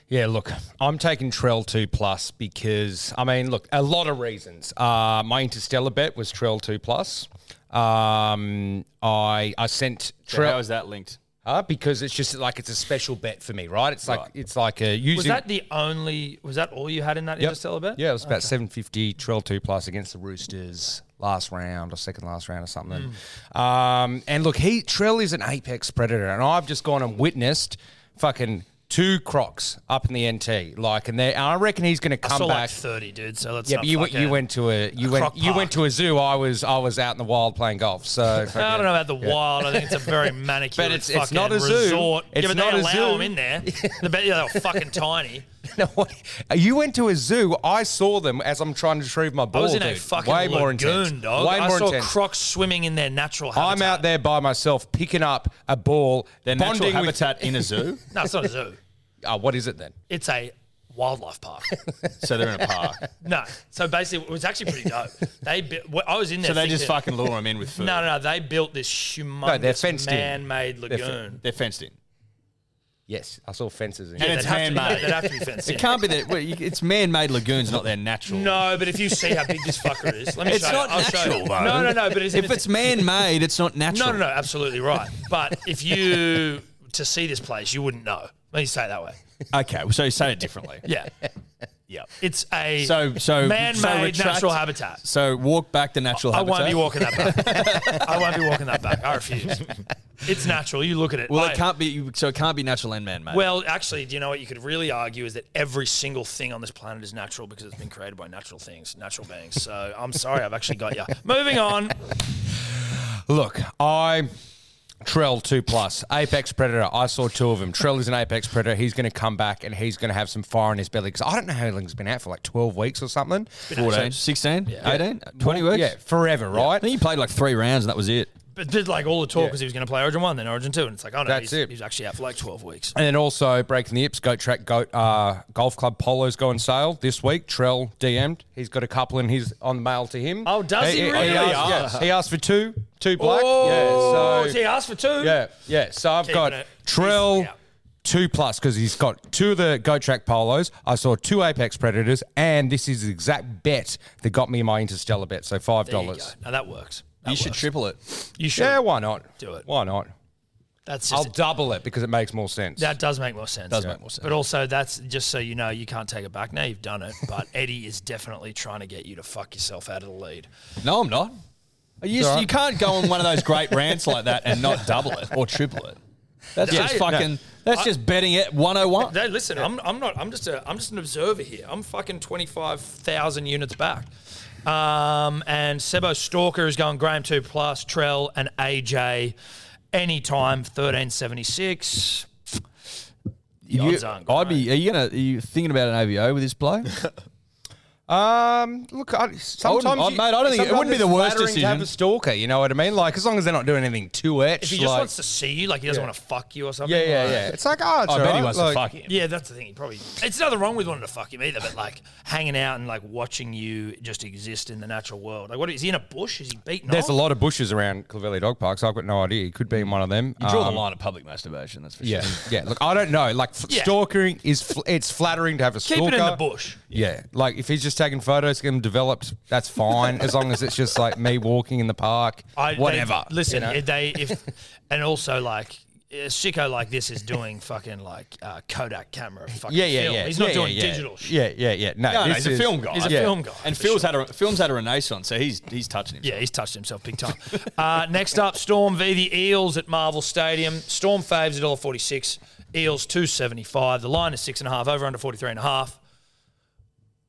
Yeah, look, I'm taking Trell 2 plus because, I mean, look, a lot of reasons. Uh, my interstellar bet was Trell 2 plus. Um, I I sent Trell
is that linked?
uh, because it's just like it's a special bet for me, right? It's like it's like a usually
Was that the only, was that all you had in that
Yep.
Interstellar bet?
Yeah, it was about 750 Trell 2 plus against the Roosters last round or second last round or something.
Hmm.
Um, and look, he Trell is an apex predator, and I've just gone and witnessed fucking two crocs up in the NT. Like, and, they- and I reckon he's going to
I
come
saw
back.
like 30, dude. So let's
yeah,
not
but you, went-
fucking-
you went to a you went
croc
you went
park.
to a zoo. I was I was out in the wild playing golf. So
I
fucking-
don't know about the wild. I think it's a very manicured
But it's- it's
fucking
not a zoo.
resort.
It's
yeah, but
not
they
a
allow
zoo.
them in there. The bet yeah, they're fucking tiny.
No, what- you went to a zoo. I saw them as I'm trying to retrieve my
I
ball.
was in a
dude.
fucking
way more
lagoon,
intense.
dog.
Way
I
more
saw
intense.
crocs swimming in their natural habitat.
I'm out there by myself picking up a ball,
Their natural
bonding with.
habitat in a zoo,
No, it's not a zoo.
Oh, what is it then?
It's a wildlife park.
so they're in a park.
No, so basically, it was actually pretty dope. They, bu- well, I was in there.
So they just
thinking-
fucking lure them in with food.
No, no, no. They built this humongous
fenced in.
man-made
fe-
lagoon.
They're fenced in.
Yes, I saw fences. In
And
it.
it's
They'd have to-
handmade.
They'd have to be fenced in.
It can't be that. well, you- It's man-made lagoons, not their natural.
No, but if you see how big this fucker is, let me
It's
show
not
you. I'll show you.
natural, though.
No, no, no. But it's,
If it's man-made, it's not
No,
natural.
no, no, absolutely right. But if you to see this place, you wouldn't know. Let me say it that way.
no. Okay, well, so you say it differently.
Yeah,
yeah.
it's a
So, so
man-made
so retract-
natural habitat.
So walk back to natural
I
habitat.
won't be walking that back. I won't be walking that back. I refuse. It's natural. You look at it.
Well,
I-
it can't be. So it can't be natural and man-made.
Well, actually, do you know what you could really argue is that every single thing on this planet is natural because it's been created by natural things, natural beings. So I'm sorry, I've actually got you. Moving on.
Look, I Trell two plus apex predator. I saw two of them. Trell is an apex predator. He's going to come back and he's going to have some fire in his belly because I don't know how long he's been out for, like twelve weeks or something.
14, 16, 18, 20 weeks.
Yeah, forever,
I
right?
think he played like three rounds, and that was it.
But did like all the talk because he was going to play Origin One, then Origin Two, and it's like, oh no,
That's
he's,
it.
he's actually out for like 12 weeks.
And then also breaking the ips, Goat Track Goat uh, Golf Club Polos go on sale this week. Trell DM'd. He's got a couple in his on mail to him.
Oh, does he really?
He asked, yeah, he asked for two, two black.
Oh,
yeah, so
he asked for two.
yeah, yeah. So I've
Keeping
got
it.
Trell
Yeah.
two plus because he's got two of the Goat Track Polos. I saw two Apex Predators, and this is the exact bet that got me my Interstellar bet. So five
There you go.
dollars.
Now that works. That
you should
works.
triple it.
You should.
Yeah, why not?
Do it.
Why not?
That's
I'll
just
double it because it makes more sense.
That does make more sense.
Does Yeah. make more sense.
But also, that's just so you know, you can't take it back now. You've done it. But Eddie is definitely trying to get you to fuck yourself out of the lead.
No, I'm not. You,
It's all right.
you can't go on one of those great rants like that and not double it or triple it. That's
No,
just
no.
fucking. That's just betting oh at 101.
No, listen, I'm, I'm not. I'm just a. I'm just an observer here. I'm fucking twenty five thousand units back. Um, and Sebo Stalker is going Graham two plus Trell and AJ anytime thirteen seventy six. The
You-
odds aren't
I'd
great.
be. Are you gonna? Are you thinking about an AVO with this bloke?
Um, look, I, sometimes
I-
you-
oh, mate, I don't think- it
sometimes
wouldn't be
it's
the worst
flattering To have
decision.
a stalker, you know what I mean? Like as long as they're not doing anything too etched.
If he just
like,
wants to see you, like he doesn't want to fuck you or something.
yeah, yeah,
like-
yeah. It's like oh, it's
I bet he
alright,
wants
like-
to fuck him.
Yeah, that's the thing. He probably it's nothing wrong with wanting to fuck him either, but like hanging out and like watching you just exist in the natural world. Like, what is he in a bush? Is he beaten?
There's
off?
a lot of bushes around Clavelli Dog Park, so I've got no idea. He could be in one of them.
You draw
Um,
the line at public masturbation. That's for
Yeah,
sure.
yeah. Look, I don't know. Like f-
Yeah.
stalking is fl- it's flattering to have a
Keep
stalker.
it in the bush.
Yeah, like if he's just taking photos, get him developed. That's fine as long as it's just like me walking in the park,
I, they-
whatever.
listen,
you know?
if they if and also like. A sicko like this is doing fucking like uh, Kodak camera fucking
yeah, yeah,
film.
yeah.
He's not
yeah,
doing
yeah, yeah.
digital shit.
Yeah, yeah, yeah. No,
No, no,
this
he's a
is-
film guy.
He's a
Yeah.
film guy.
And
for
Phil's
sure.
had a films had a renaissance, so he's he's touching himself.
Yeah, he's touched himself big time. uh, next up, Storm v the Eels at Marvel Stadium. Storm faves at forty six. Eels two seventy five. The line is six and a half. Over under forty three and a half.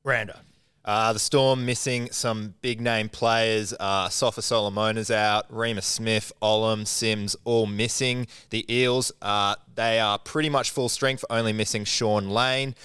Rando.
Uh, the Storm missing some big name players. Uh, Sofa Solomona's out. Rima Smith, Olam, Sims, all missing. The Eels, uh, they are pretty much full strength, only missing Sean Lane.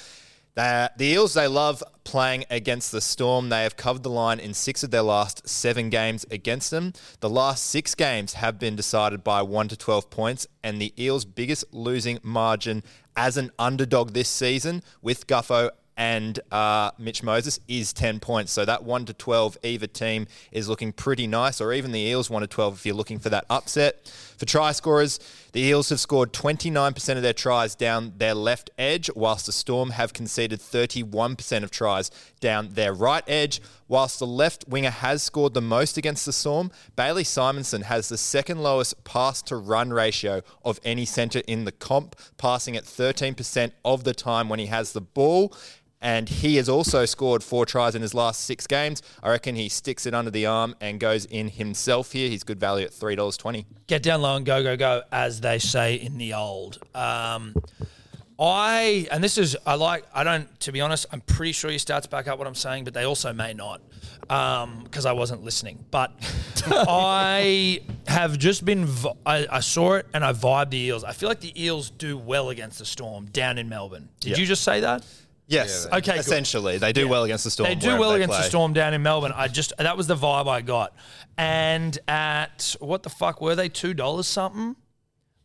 They, the Eels, they love playing against the Storm. They have covered the line in six of their last seven games against them. The last six games have been decided by 1 to 12 points, and the Eels' biggest losing margin as an underdog this season with Guffo and uh, Mitch Moses is 10 points. So that 1 to 12 either team is looking pretty nice, or even the Eels 1 to 12 if you're looking for that upset. For try scorers, the Eels have scored 29% of their tries down their left edge, whilst the Storm have conceded 31% of tries down their right edge. Whilst the left winger has scored the most against the Storm, Bailey Simonson has the second lowest pass to run ratio of any centre in the comp, passing at 13% of the time when he has the ball. And he has also scored four tries in his last six games. I reckon he sticks it under the arm and goes in himself here. He's good value at $3.20.
Get down low and go, go, go, as they say in the old. Um, I, and this is, I like, I don't, to be honest, I'm pretty sure your stats back up what I'm saying, but they also may not because I wasn't listening. But I have just been, vi- I, I saw it and I vibe the Eels. I feel like the Eels do well against the Storm down in Melbourne. Did you just say that?
Yes.
Yeah, they- Okay,
Essentially, they do well against the Storm.
They do
wherever
well against the
play.
Storm down in Melbourne. I just, that was the vibe I got. And at, what the fuck were they, $2 something?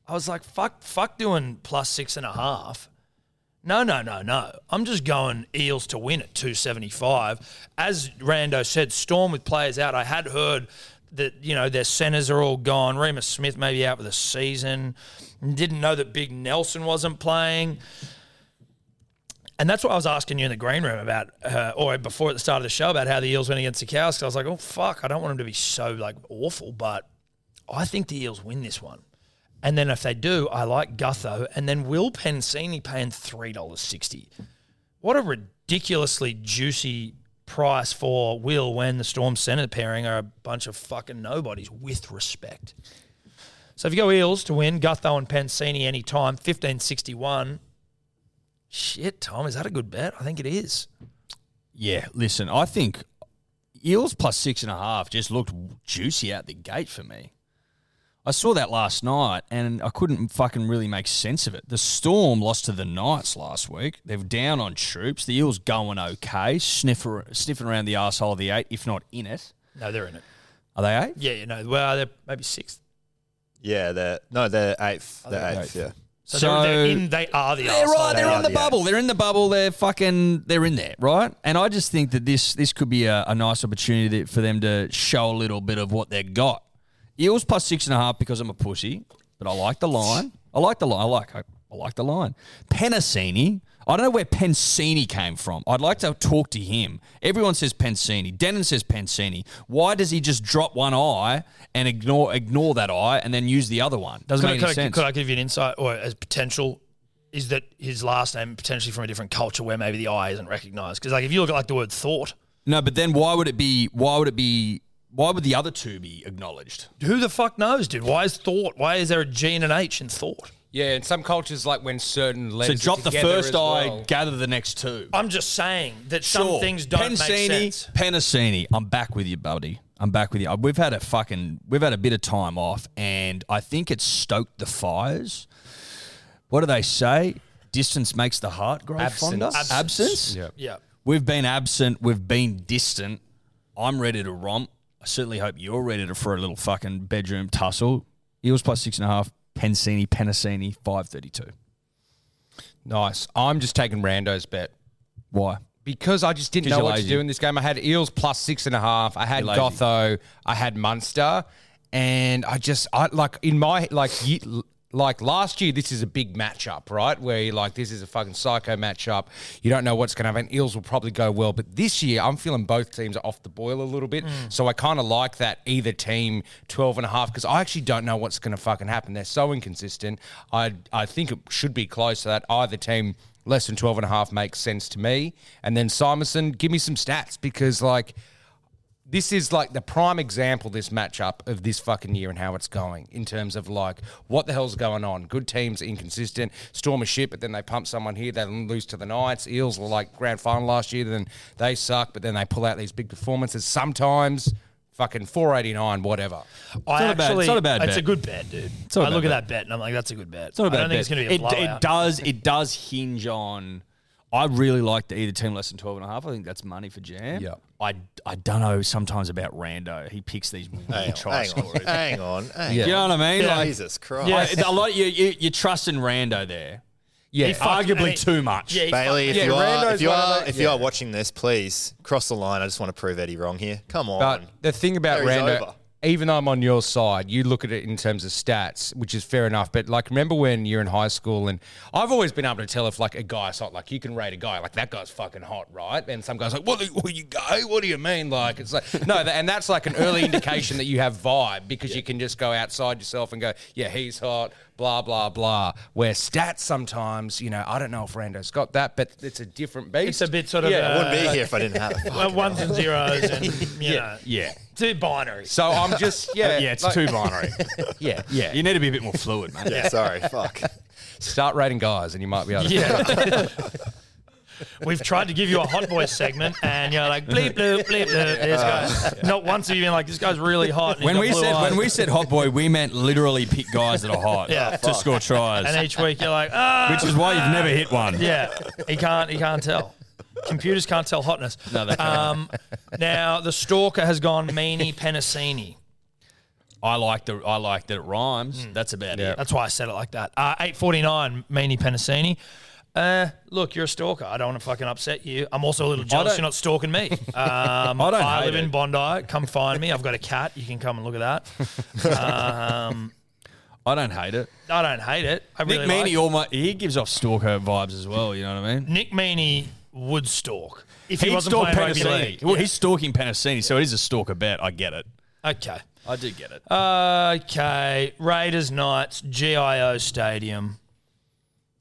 I was like, fuck, fuck doing plus six and a half. No, no, no, no. I'm just going Eels to win at 275. As Rando said, Storm with players out. I had heard that, you know, their centres are all gone. Remus Smith maybe out for the season. Didn't know that Big Nelson wasn't playing. And that's what I was asking you in the green room about, uh, or before at the start of the show, about how the Eels went against the Cows. 'Cause I was like, oh, fuck, I don't want them to be so, like, awful, but I think the Eels win this one. And then if they do, I like Gutho. And then Will Pensini paying three dollars sixty. What a ridiculously juicy price for Will when the Storm Center pairing are a bunch of fucking nobodies with respect. So if you go Eels to win, Gutho and Pensini anytime, fifteen sixty one. Shit, Tom, is that a good bet? I think it is.
Yeah, listen, I think Eels plus six and a half just looked juicy out the gate for me. I saw that last night and I couldn't fucking really make sense of it. The Storm lost to the Knights last week. They're down on troops. The Eels going okay, sniffer, sniffing around the arsehole of the eight, if not in it.
No, they're in it.
Are they eight?
Yeah, you know, well, they're maybe sixth.
Yeah, they're no, they're eighth. They're
they're
eighth.
eighth.
Yeah.
So,
So-
they're, they're in. They are the.
They're
arsehole.
right. They're
They
on
are
the
the
bubble.
eight.
They're in the bubble. They're fucking. They're in there, right? And I just think that this this could be a, a nice opportunity that- for them to show a little bit of what they got. Eels plus six and a half because I'm a pussy, but I like the line. I like the line. I like. I, I like the line. Penasini I don't know where Pensini came from. I'd like to talk to him. Everyone says Pensini. Denon says Pensini. Why does he just drop one eye and ignore ignore that eye and then use the other one? Doesn't
could,
make
I,
any
could I-
sense.
could I give you an insight or as potential? Is that his last name potentially from a different culture where maybe the eye isn't recognized? Because like if you look at like the word thought,
no, but then why would it be? Why would it be? Why would the other two be acknowledged?
who the fuck knows, dude? Why is thought? Why is there a G and an H in thought?
Yeah, in some cultures, like when certain
So
letters. are
drop the
together
first
as well.
eye, gather the next two.
I'm just saying that some things don't
Pensini,
make sense.
Pensini, I'm back with you, buddy. I'm back with you. Uh, We've had a fucking, we've had a bit of time off, and I think it's stoked the fires. What do they say? Distance makes the heart grow
Absence.
fonder.
Absence.
Absence.
Yeah.
Yeah.
We've been absent. We've been distant. I'm ready to romp. I certainly hope you're ready to for a little fucking bedroom tussle. Eels plus six and a half. Pensini, Pensini, five thirty-two.
Nice. I'm just taking Rando's bet
Why?
because I just didn't
'Cause
know
you're
what to
lazy.
do in this game. I had Eels plus six and a half. I had
You're lazy.
Gotho. I had Munster, and I just I like in my like ye- like last year. This is a big matchup, right? Where you're like this is a fucking psycho matchup. You don't know what's going to happen. Eels will probably go well, but this year I'm feeling both teams are off the boil a little bit. So I kind of like that either team 12 and a half because I actually don't know what's going to fucking happen. They're so inconsistent. I I think it should be close to that either team less than 12 and a half makes sense to me. And then Simonson, give me some stats because, like, this is like the prime example, this matchup of this fucking year and how it's going in terms of like what the hell's going on. Good teams, inconsistent, storm a ship, but then they pump someone here, they lose to the Knights. Eels were like grand final last year, then they suck, but then they pull out these big performances sometimes. Fucking 489, whatever.
I
not a bad-
actually,
it's not a bad
It's
bet.
a good bet, dude.
not a
I
bad
look at
bet.
that bet and I'm like, that's a good bet.
It's not a
I
bad
don't think it's
bet.
going to be a
it,
blowout.
it does. It does hinge on. I really like the either team less than 12 and a half. I think that's money for Jam.
Yep.
I, I don't know sometimes about Rando. He picks these
Hang on,
try
hang on,
stories.
hang on, hang
You know what I mean?
Yeah.
on.
Like,
Jesus Christ.
Yeah.
I- a lot, you, you, you're trusting Rando there.
Yeah.
He fucked-
Arguably
and he-
too much.
Yeah, he
Bailey, if
Yeah,
you are
Rando's
if you
one of
are
those-
if you
yeah.
are watching this, please cross the line. I just want to prove Eddie wrong here. Come on.
But the thing about
There he's
Rando,
over.
even though I'm on your side, you look at it in terms of stats, which is fair enough. But like, remember when you're in high school, and I've always been able to tell if like a guy's hot. Like, you can rate a guy like that guy's fucking hot, right? And some guys like, what? Are you gay? What do you mean? Like, it's like no, that, and that's like an early indication that you have vibe because you can just go outside yourself and go, yeah, he's hot. Blah blah blah. Where stats sometimes, you know, I don't know if Rando's got that, but it's a different beast.
It's a bit sort of,
I
uh,
wouldn't be here if I didn't have it.
Well, ones and zeros and you know,
Yeah.
too binary.
so I'm just yeah
Yeah, it's
like-
too binary.
yeah
yeah. You need to be a bit more fluid, man.
Yeah, sorry, fuck.
Start rating guys, and you might be able to.
Yeah. We've tried to give you a hot boy segment, and you're like bleep bleep bleep bleep. This guy, not once have you been like, this guy's really hot. and he's
When
got
we
blue
said
eyes.
when we said hot boy, we meant literally pick guys that are hot
Yeah.
to score tries,
and each week you're like, ah,
which is why you've never hit one.
yeah, he can't, he can't tell. Computers can't tell hotness.
No, they can't.
Um, now the stalker has gone meanie penasini.
I like the I like that it
Hmm.
rhymes. That's about it.
That's why I said it like that. Uh, 849, Meanie Penasini. Uh, look, you're a stalker. I don't want to fucking upset you. I'm also a little jealous
don't-
you're not stalking me. Um, I,
don't hate
live in
it.
Bondi. Come find me. I've got a cat. You can come and look at that. Um,
I don't hate it.
I don't hate it. I really
Nick
like
Meaney, almost he gives off stalker vibes as well. You know what I mean?
Nick Meaney would stalk if he,
He
wasn't
stalked
playing rugby
Penasini.
league.
Well, he's stalking Penasini, so it is a stalker bet. I get it. Uh,
Okay.
I do get it.
Okay, Raiders Knights, GIO Stadium.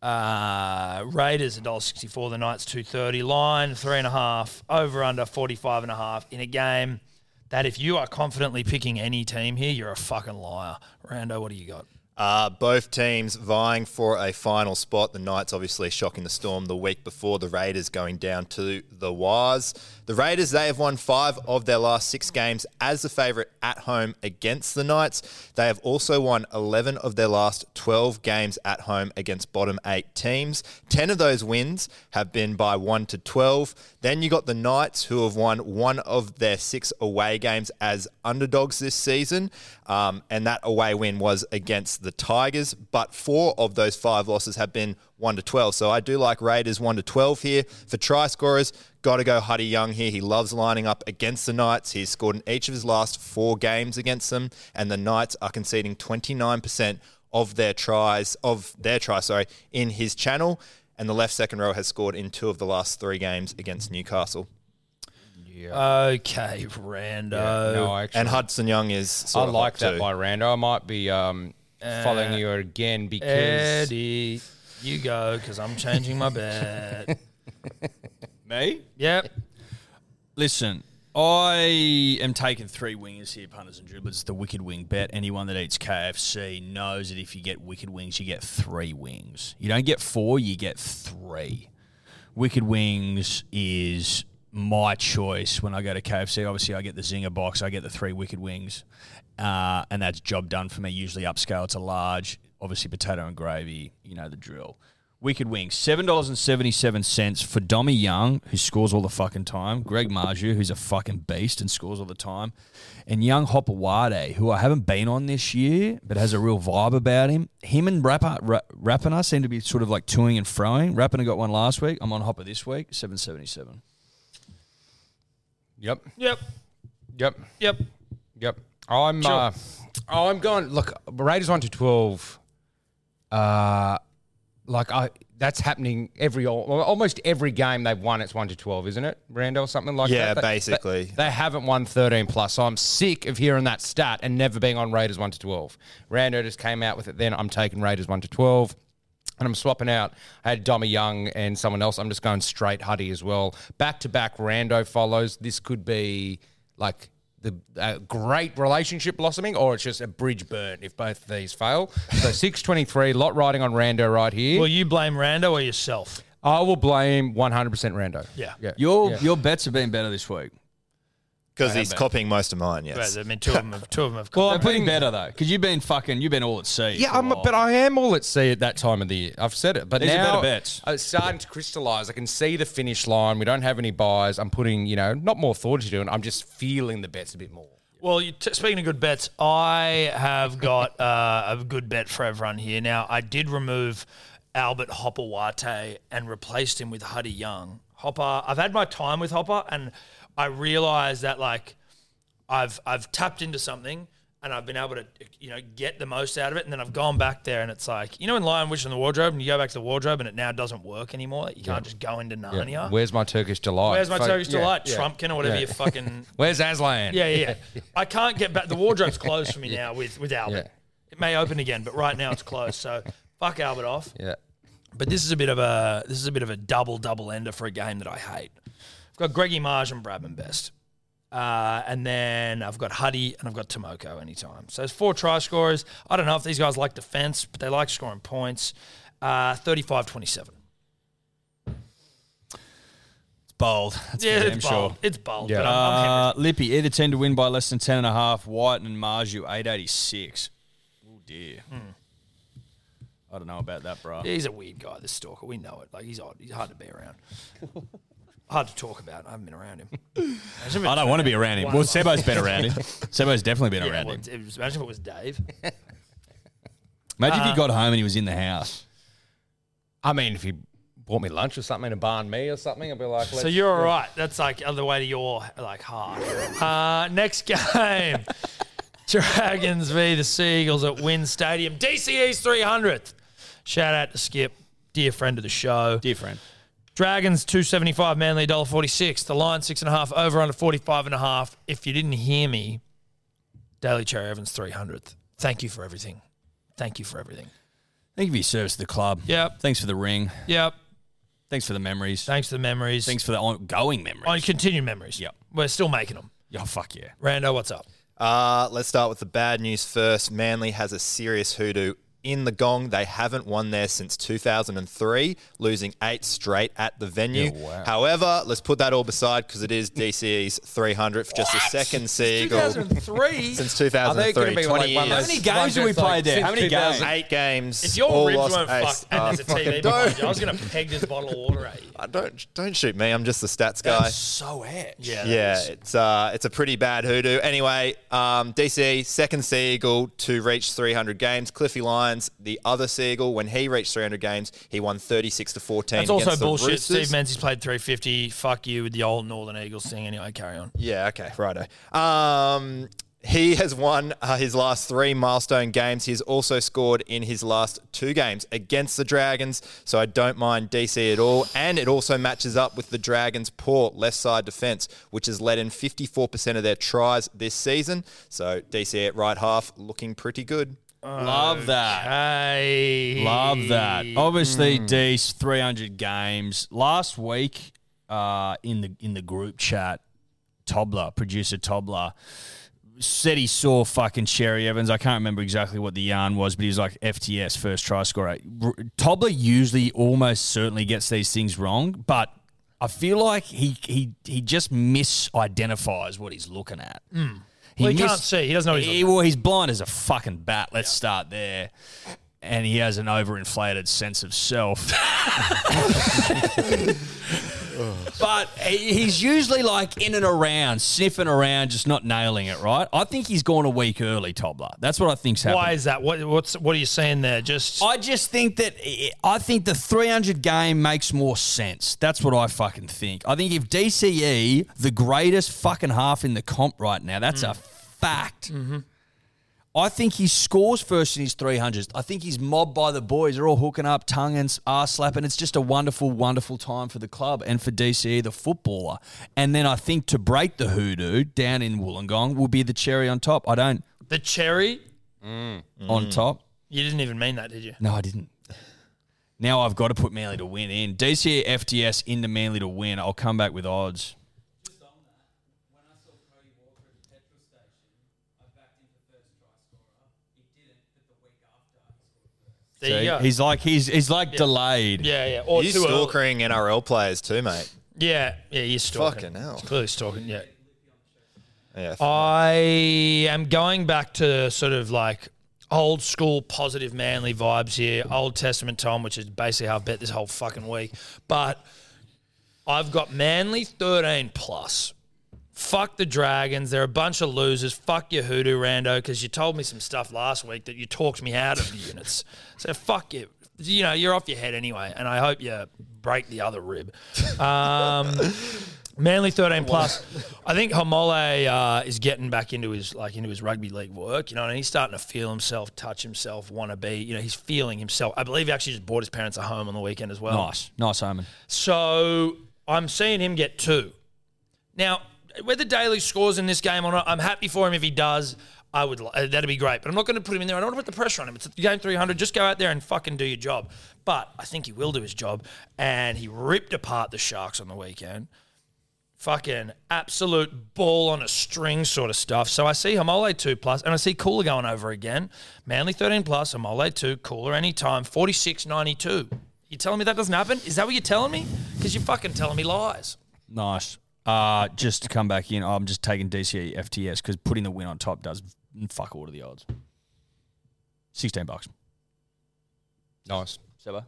Uh, Raiders $1.64, the Knights 230 line, three and a half, over under 45 and a half in a game that if you are confidently picking any team here, you're a fucking liar. Rando, what do you got?
Uh, both teams vying for a final spot. The Knights obviously shocking the Storm the week before. The Raiders going down to the Wires. The Raiders, they have won five of their last six games as the favourite at home against the Knights. They have also won 11 of their last 12 games at home against bottom eight teams. 10 of those wins have been by 1 to 12. Then you got the Knights, who have won one of their six away games as underdogs this season. Um, and that away win was against the Tigers. But four of those five losses have been 1 to 12. So I do like Raiders 1 to 12 here. For try scorers, got to go Huddy Young here. He loves lining up against the Knights. He's scored in each of his last four games against them. And the Knights are conceding 29% of their tries, of their try, sorry, in his channel. and the left second row has scored in two of the last three games against Newcastle.
Okay, Rando.
no, I actually,
Uh, And Hudson Young is.
I
Sort of
like
hot
that
too.
by Rando. I might be um, following you again because
Eddie, you go because I'm changing my bet.
Me?
yep.
Listen, I am taking three wingers here, punters and dribblers. It's the wicked wing bet. Anyone that eats KFC knows that if you get wicked wings, you get three wings. You don't get four, you get three. Wicked Wings is my choice when I go to KFC. Obviously, I get the Zinger box, I get the three Wicked Wings, uh, and that's job done for me. Usually upscale to large, obviously potato and gravy. You know the drill. Wicked Wings, seven dollars and seventy-seven cents for Dommy Young, who scores all the fucking time. Greg Marju, who's a fucking beast and scores all the time, and young Hopawade, who I haven't been on this year, but has a real vibe about him. Him and Rapper Ra- Rapana seem to be sort of like toing and froing. Rapana got one last week. I'm on Hopper this week, seven seventy seven.
Yep,
Yep.
yep,
Yep.
yep. I'm
Sure.
uh, I'm going. Look, Raiders one to twelve. Uh, like I, that's happening every al- well, almost every game they've won. It's one to twelve, isn't it, Rando? Something like
Yeah,
that. They-
basically.
they, they haven't won thirteen plus. So I'm sick of hearing that stat and never being on Raiders one to twelve. Rando just came out with it. Then I'm taking Raiders one to twelve. And I'm swapping out. I had Dommy Young and someone else. I'm just going straight Huddy as well. Back to back, Rando follows. This could be like the uh, great relationship blossoming, or it's just a bridge burn if both of these fail. So 623, lot riding on Rando right here.
Will you blame Rando or yourself?
I will blame 100% Rando.
Yeah.
Yeah.
Your your bets have been better this week.
Because he's copying most of mine, yes.
Right, I mean, two of them have, two of them have
I'm putting better though, because you've been fucking, you've been all at sea.
Yeah,
for a
I'm,
while.
but I am all at sea at that time of the year. I've said it, but
Oh. These are
now uh,
better bets.
it's starting to crystallise. I can see the finish line. We don't have any buys. I'm putting, you know, not more thought into it. I'm just feeling the bets a bit more.
Well, you t- speaking of good bets, I have got uh, a good bet for everyone here. Now, I did remove Albert Hopawate and replaced him with Huddy Young. Hopper, I've had my time with Hopper, and I realised that like I've I've tapped into something and I've been able to you know get the most out of it, and then I've gone back there and it's like you know in Lion Witch in the wardrobe, and you go back to the wardrobe and it now doesn't work anymore. You can't just go into Narnia.
Where's my Turkish delight?
Where's my
Fuck-
Turkish
yeah,
delight,
yeah.
Trumpkin or whatever
Yeah.
you fucking
Where's Aslan?
yeah, yeah, yeah. I can't get back. The wardrobe's closed for me now with, with Albert.
Yeah.
It may open again, but right now it's closed. So fuck Albert off.
yeah.
But this is a bit of a this is a bit of a double double ender for a game that I hate. I've got Greggy Marge and Bradman Best, uh, and then I've got Huddy and I've got Tomoko anytime. So it's four try scorers. I don't know if these guys like defense, but they like scoring points. Uh, 35-27.
it's bold. That's
Yeah,
for
it's
damn
bold.
sure.
It's bold.
Yeah.
But I'm, I'm happy.
Uh, Lippy, either 10 to win by less than 10 and a half. White and Marju, 886. Oh, dear.
Hmm.
I don't know about that, bro.
Yeah, he's a weird guy, this stalker. We know it. Like he's odd. He's hard to be around. hard to talk about. I haven't been around him. Imagine if
I
it
don't
turned
want to
out
be around him.
one
Well,
of us-
Sebo's been around him. Sebo's definitely been
Yeah,
around
well,
him.
it was- imagine if it was Dave.
Imagine if he got home and he was in the house.
I mean, if he bought me lunch or something in a barn me or something, I'd be like,
So you're all right. That's like other way to your like heart. Uh, next game, Dragons v the Seagulls at Wynn Stadium. DCE's 300th. Shout out to Skip, dear friend of the show.
Dear friend.
Dragons two seventy five, Manly dollar forty six. The line six and a half, over under forty five and a half. If you didn't hear me, Daily Cherry Evans three hundredth. Thank you for everything. Thank you for everything.
Thank you for your service to the club.
Yep.
Thanks for the ring.
Yep.
Thanks for the memories.
Thanks for the memories.
Thanks for the ongoing memories.
On continued memories.
Yep.
We're still making them.
oh, fuck yeah.
Rando, what's up?
Uh, let's start with the bad news first. Manly has a serious hoodoo in the gong. They haven't won there since 2003, losing eight straight at the venue. However, let's put that all beside because it is DCE's 300th, just a second Seagull
2003.
since
Are they
2003.
gonna be
20
like one of
years.
those-
How many games did we
Like,
play there?
since
How many
2000?
games?
Eight games.
If your
all
ribs
lost
weren't
ace. Uh,
fucked and there's a
I fucking
TV behind you, I was going to peg this bottle of water at you.
don't. don't don't shoot me. I'm just the stats guy.
That's so edge.
Yeah.
Yeah, it's uh, it's a pretty bad hoodoo. Anyway, um, DC second Seagull to reach 300 games. Cliffy Lyons, the other Seagull, when he reached 300 games, he won 36 to 14.
That's also
against the
bullshit.
Roosters.
Steve Menzies played 350. Fuck you with the old Northern Eagles thing. Anyway, carry on.
Yeah, okay, righto. Um, He has won uh, his last three milestone games. He's also scored in his last two games against the Dragons, so I don't mind DC at all. And it also matches up with the Dragons' poor left side defence, which has let in 54% of their tries this season. So DC at right half looking pretty good.
Uh,
Love that.
Hey. Hmm.
Love that. Obviously, Dees 300 games last week. Uh, in the in the group chat, Tobler producer Tobler said he saw fucking Sherry Evans. I can't remember exactly what the yarn was, but he was like FTS first try scorer. R- Tobler usually almost certainly gets these things wrong, but I feel like he he he just misidentifies what he's looking at.
Hmm. Well, he can't see. He doesn't know what he's
he- well, he's blind as a fucking bat. Let's start there. And he has an overinflated sense of self. but he- he's usually like in and around, sniffing around, just not nailing it, right? I think he's gone a week early, Tobler. That's what I think's happening.
Why is that? What what's what are you seeing there? Just
I just think that I think the 300 game makes more sense. That's what I fucking think. I think if DCE, the greatest fucking half in the comp right now, that's a fact. I think he scores first in his 300s. I think he's mobbed by the boys. They're all hooking up, tongue and ass slapping. It's just a wonderful, wonderful time for the club and for DCE, the footballer. And then I think to break the hoodoo down in Wollongong will be the cherry on top. I don't
the cherry.
on top.
You didn't even mean that, did you?
No, I didn't. Now I've got to put Manly to win in. DC FTS into Manly to win. I'll come back with odds.
There you go.
He's like he's he's like delayed.
yeah, yeah. Or
you
too early.
stalkering NRL players too, mate.
Yeah, yeah. You're stalking.
Fucking hell.
It's clearly stalking. Yeah.
Yeah,
I am going back to sort of like old school positive manly vibes here, Old Testament Tom, which is basically how I've bet this whole fucking week. But I've got Manly 13 plus. Fuck the Dragons. They're a bunch of losers. Fuck your hoodoo rando because you told me some stuff last week that you talked me out of the units. So fuck you. You know, you're off your head anyway, and I hope you break the other rib. Um, Manly 13 plus. I think Homole uh, is getting back into his like into his rugby league work, you know, and he's starting to feel himself, touch himself, want to be, you know, he's feeling himself. I believe he actually just bought his parents a home on the weekend as well.
Nice, nice, Omen.
So I'm seeing him get two. Now, whether Daly scores in this game or not, I'm happy for him if he does. I would li- uh, that'd be great, but I'm not going to put him in there. I don't want to put the pressure on him. It's game 300. Just go out there and fucking do your job. But I think he will do his job, and he ripped apart the Sharks on the weekend. Fucking absolute ball on a string sort of stuff. So I see Hamole two plus, and I see Cooler going over again. Manly thirteen plus, Hamole two, Cooler anytime, forty six ninety two. You telling me that doesn't happen? Is that what you're telling me? Because you're fucking telling me lies.
Nice. Uh, just to come back in, I'm just taking DCE FTS because putting the win on top does fuck all to the odds. Sixteen bucks.
Nice.
Seba.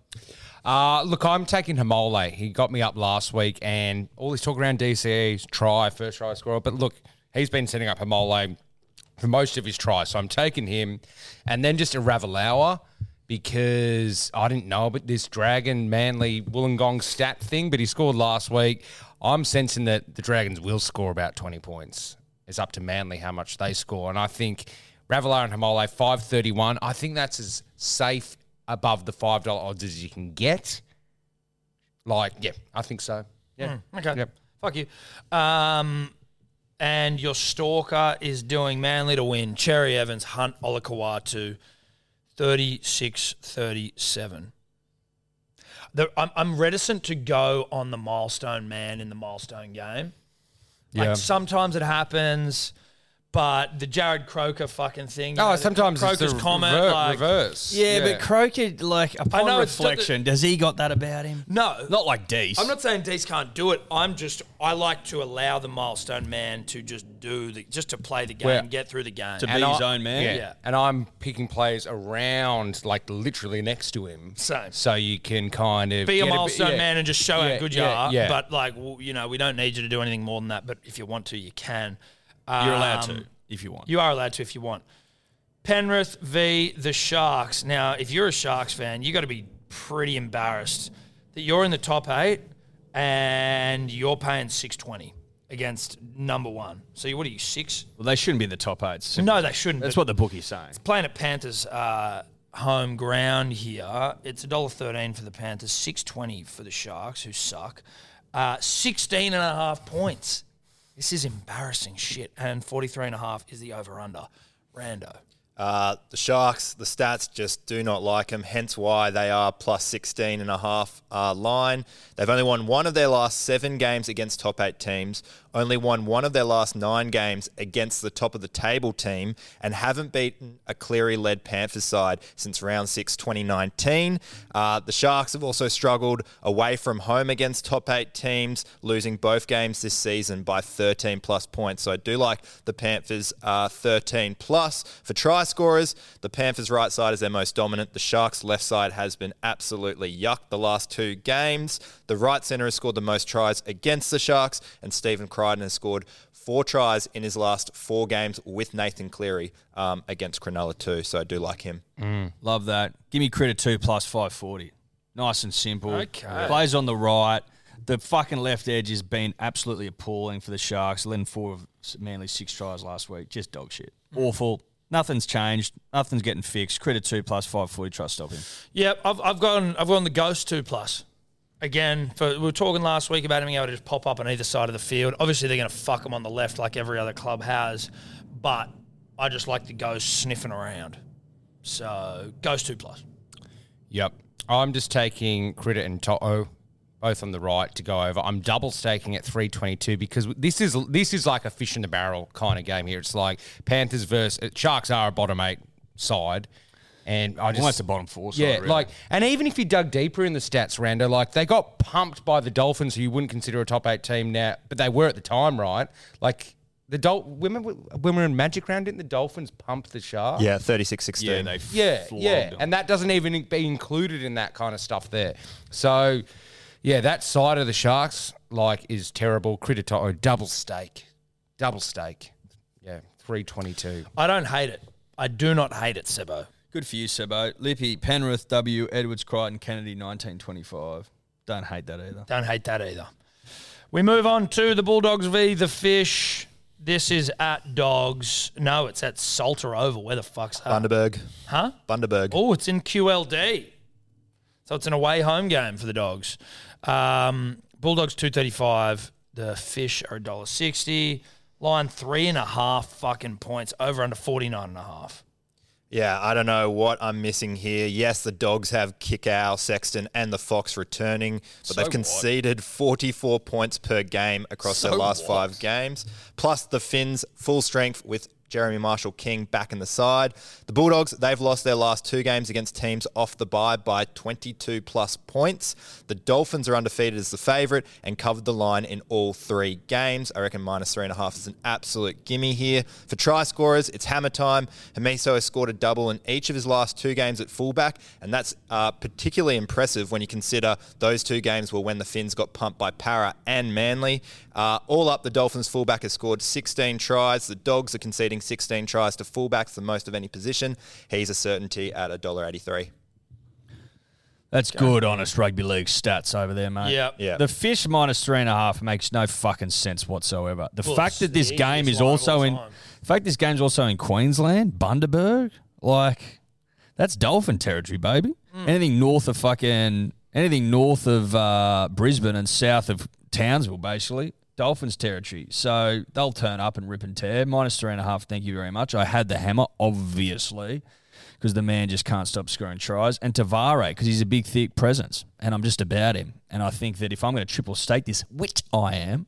Uh, look, I'm taking Hamole. He got me up last week, and all this talk around DCE's try, first try scorer. But look, he's been setting up Hamole for most of his tries, so I'm taking him. And then just a Ravalawa because I didn't know about this Dragon Manly Wollongong stat thing, but he scored last week. I'm sensing that the Dragons will score about 20 points. It's up to Manly how much they score, and I think Ravalawa and Hamole 531. I think that's as safe above the five dollar odds as you can get. Like, yeah, I think so. Yeah.
Okay.
Yep.
Fuck you. Um, and your stalker is doing Manly to win. Cherry Evans, Hunt, Olakawatu, 36 37. The, I'm, I'm reticent to go on the milestone man in the milestone game. Like
Yeah.
sometimes it happens, but the Jared Croker fucking thing. you
Oh,
know, the
sometimes it's the
Croker's comment,
rever-
like,
reverse.
Yeah, but Croker, like upon
know it's-
reflection, does he got that about him?
no,
Not like Dees.
I'm not saying Dees can't do it. I'm just I like to allow the milestone man to just do the just to play the game,
Well,
get through the game.
to be
And I-
his own man.
Yeah.
Yeah.
And I'm picking players around, like literally next to him.
Same.
So you can kind of
be
get
a
bit-
milestone
yeah.
man and just show
Yeah,
how good you
yeah,
are.
yeah.
But like w- you know, we don't need you to do anything more than that. But if you want to, you can.
You're allowed
Um,
to if you want.
You are allowed to if you want. Penrith v the Sharks. Now, if you're a Sharks fan, you got to be pretty embarrassed that you're in the top eight and you're paying six twenty. against number one. So you what are you six?
Well, they shouldn't be in the top eight. Simple.
No, they shouldn't.
That's
but
what the bookie's saying.
playing at Panthers uh, home ground here. It's $1.13 for the Panthers, six twenty for the Sharks, who suck. Uh, 16 and a half points. This is embarrassing shit. And 43 and a half is the over under. Rando.
Uh, the Sharks, the stats just do not like them, hence why they are plus 16 and a half uh, line. They've only won one of their last seven games against top eight teams, only won one of their last nine games against the top of the table team, and haven't beaten a Cleary led Panthers side since round six 2019. Uh, the Sharks have also struggled away from home against top eight teams, losing both games this season by 13 plus points. So I do like the Panthers uh, 13 plus. For try scorers, the Panthers' right side is their most dominant. The Sharks' left side has been absolutely yuck the last two games. The right centre has scored the most tries against the Sharks, and Stephen Crichton has scored four tries in his last four games with Nathan Cleary um, against Cronulla too. So I do like him.
Love that. Give me credit two plus 540. Nice and simple.
Okay.
Plays on the right. The fucking left edge has been absolutely appalling for the Sharks. Letting four of Manly six tries last week. Just dog shit. Awful. Nothing's changed. Nothing's getting fixed. Credit two plus 540. Try to stop him.
Yep, I've, I've gone I've gone the Ghost 2 plus. Again, for, we were talking last week about him being able to just pop up on either side of the field. Obviously, they're going to fuck him on the left like every other club has, but I just like the Ghost sniffing around. So, Ghost 2 plus.
Yep. I'm just taking Critter and To'o, both on the right to go over. I'm double staking at 322 because this is this is like a fish in the barrel kind of game here. It's like Panthers versus Sharks are a bottom eight side. And I just
Almost a bottom four side,
Yeah,
really.
like and even if you dug deeper in the stats, Rando, like they got pumped by the Dolphins, who you wouldn't consider a top eight team now, but they were at the time, right? Like the Dol women when we were in Magic Round, didn't the Dolphins pump the Sharks?
Yeah, 36 16.
Yeah,
flogged
yeah,
them.
and that doesn't even be included in that kind of stuff there. So, yeah, that side of the sharks like is terrible. Critter double stake, double stake. Yeah, three twenty-two.
I don't hate it. I do not hate it, Sebo.
Good for you, Sebo. Lippy, Penrith, W, Edwards, Crichton, Kennedy, 1925. Don't hate that either.
Don't hate that either. We move on to the Bulldogs v. the Fish. This is at Dogs. No, it's at Salter Oval. Where the fuck's that?
Bundaberg.
Huh?
Bundaberg.
Oh, it's in QLD. So it's an away home game for the Dogs. Um, Bulldogs two thirty five. The fish are $1.60. Line three and a half fucking points. Over under forty nine and a half.
Yeah, I don't know what I'm missing here. Yes, the dogs have Kickow, Sexton, and the Fox returning, but they've
what?
conceded 44 points per game across
So
their last
what?
five games. Plus, the Finns full strength with Jeremy Marshall King back in the side. The Bulldogs, they've lost their last two games against teams off the bye by 22 plus points. The Dolphins are undefeated as the favourite and covered the line in all three games. I reckon minus three and a half is an absolute gimme here. For try scorers, it's hammer time. Hamiso has scored a double in each of his last two games at fullback, and that's uh, particularly impressive when you consider those two games were when the Finns got pumped by Para and Manly. Uh, all up, the Dolphins fullback has scored 16 tries. The Dogs are conceding 16 tries to fullbacks, the most of any position. He's a certainty at $1.83.
That's good, honest rugby league stats over there, mate.
Yep.
Yeah.
The fish minus three and a half makes no fucking sense whatsoever. The
Well,
fact
it's
that
the
this game
easiest
is
line of all
also in,
time.
the fact this game's also in Queensland, Bundaberg, like that's dolphin territory, baby.
Hmm.
Anything north of fucking, anything north of uh, Brisbane and south of Townsville, basically. Dolphins territory, so they'll turn up and rip and tear. Minus three and a half. Thank you very much. I had the hammer, obviously because the man just can't stop scoring tries. And Tavare, because he's a big, thick presence, and I'm just about him. And I think that if I'm going to triple stake this, which I am,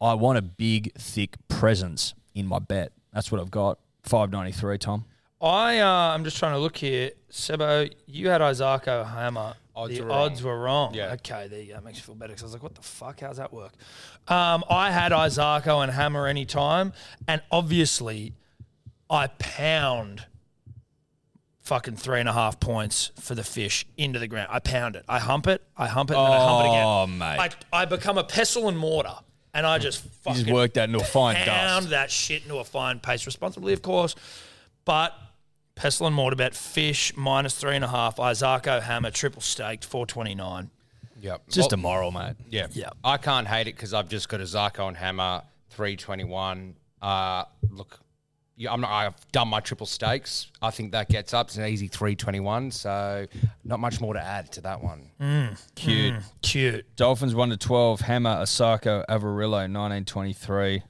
I want a big, thick presence in my bet. That's what I've got. Five ninety three, Tom.
I uh, I'm just trying to look here. Sebo, you had Isako Hammer.
Odds
the
were
odds were wrong.
Yeah.
Okay, there you go. That makes you feel better because I was like, what the fuck? How's that work? Um, I had Isako and Hammer any time, and obviously, I pound fucking three and a half points for the fish into the ground. I pound it. I hump it. I hump it. And then I hump it again.
Oh, mate.
I, I become a pestle and mortar, and I just fucking
He's worked that into a fine
pound
dust.
that shit into a fine pace responsibly, of course. But pestle and mortar bet fish minus three and a half. Isako hammer triple staked four twenty nine.
Yep.
It's just
Well-
immoral, mate.
Yeah.
Yeah.
I can't hate it because I've just got a Zarko and Hammer 321. Uh, look, yeah, I'm not, I've done my triple stakes. I think that gets up. It's an easy 321. So not much more to add to that one.
Cute.
Hmm. Cute.
Dolphins 1 to 12. Hammer, Osako, Avarillo, 1923.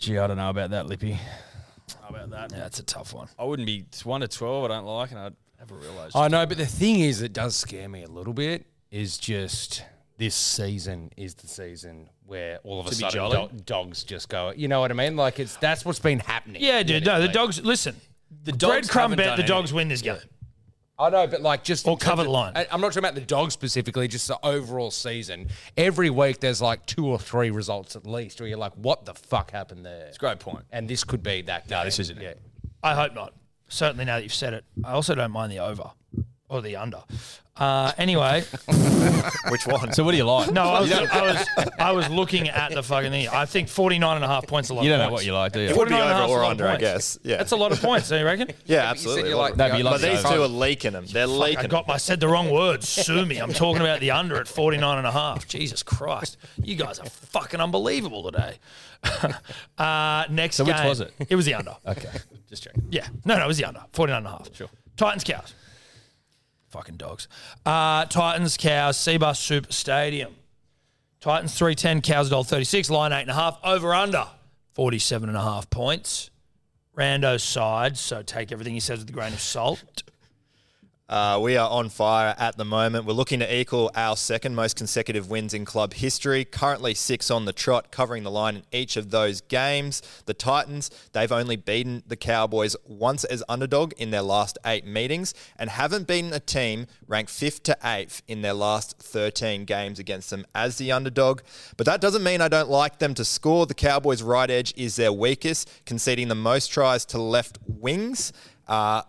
Gee, I don't know about that, Lippy.
How about
Uh,
that? Yeah, it's a tough one.
I wouldn't be it's 1 to 12. I don't like, and I'd Avarillo's.
I know, but the thing is, it does scare me a little bit. Is just this season is the season where all of a
be
sudden
jolly?
do- dogs just go. You know what I mean? Like it's that's what's been happening.
Yeah, dude. No, the dogs. Listen, the dogs breadcrumb
haven't
bet.
done
The dogs win this game.
I know, but like just
Or covered line.
I- I'm not talking about the dog specifically, just the overall season. Every week there's like two or three results at least, where you're like, "What the fuck happened there?" It's
Great point.
and this could be that. No,
this isn't
Yeah,
it.
I hope not. Certainly now that you've said it. I also don't mind the over or the under. Uh, anyway,
Which one?
So, what do you like?
no, I was, I was I was looking at the fucking thing. I think 49 and a half points a lot
you
of
don't know
points.
what you like, do
it
you?
would be
49 and a
over
half's a
or
lot of
under, I
points.
guess. Yeah,
That's a lot of points, don't you reckon?
yeah,
But you said
absolutely.
you
a lot
like
of-
That'd be
but
lovely.
these two are leaking them. They're
I
leaking. them.
got my said the wrong word. Sue me. I'm talking about the under at 49 and a half. Jesus Christ. You guys are fucking unbelievable today. uh, next
So which
game-
was it?
It was the under.
Okay. Just checking.
Yeah. No, no, it was the under. 49 and a half. Sure. Titans, cows. Fucking dogs. Uh, Titans, cows, Seabus Super Stadium. Titans 310, cows $1.36, line 8.5, over under 47.5 points. Rando side, so take everything he says with a grain of salt.
Uh, we are on fire at the moment. We're looking to equal our second most consecutive wins in club history. Currently six on the trot, covering the line in each of those games. The Titans, they've only beaten the Cowboys once as underdog in their last eight meetings and haven't beaten a team ranked fifth to eighth in their last 13 games against them as the underdog. But that doesn't mean I don't like them to score. The Cowboys' right edge is their weakest, conceding the most tries to left wings. Uh,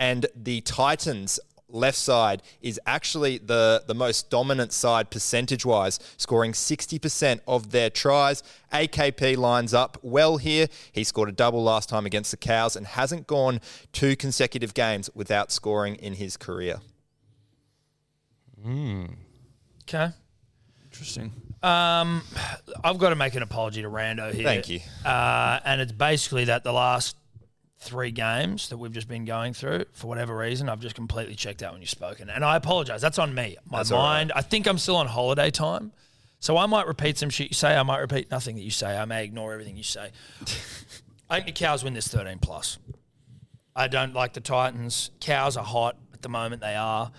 and the Titans left side is actually the, the most dominant side percentage wise, scoring 60% of their tries. AKP lines up well here. He scored a double last time against the Cows and hasn't gone two consecutive games without scoring in his career.
Okay.
Interesting.
I've got to make an apology to Rando here.
Thank you.
Uh, and it's basically that the last three games that we've just been going through, for whatever reason, I've just completely checked out when you've spoken. And I apologize. That's on me. My
all
mind, I think I'm still on holiday time. So I might repeat some shit you say. I might repeat nothing that you say. I may ignore everything you say. I think the Cows win this 13 plus. I don't like the Titans. Cows are hot at the moment. They are.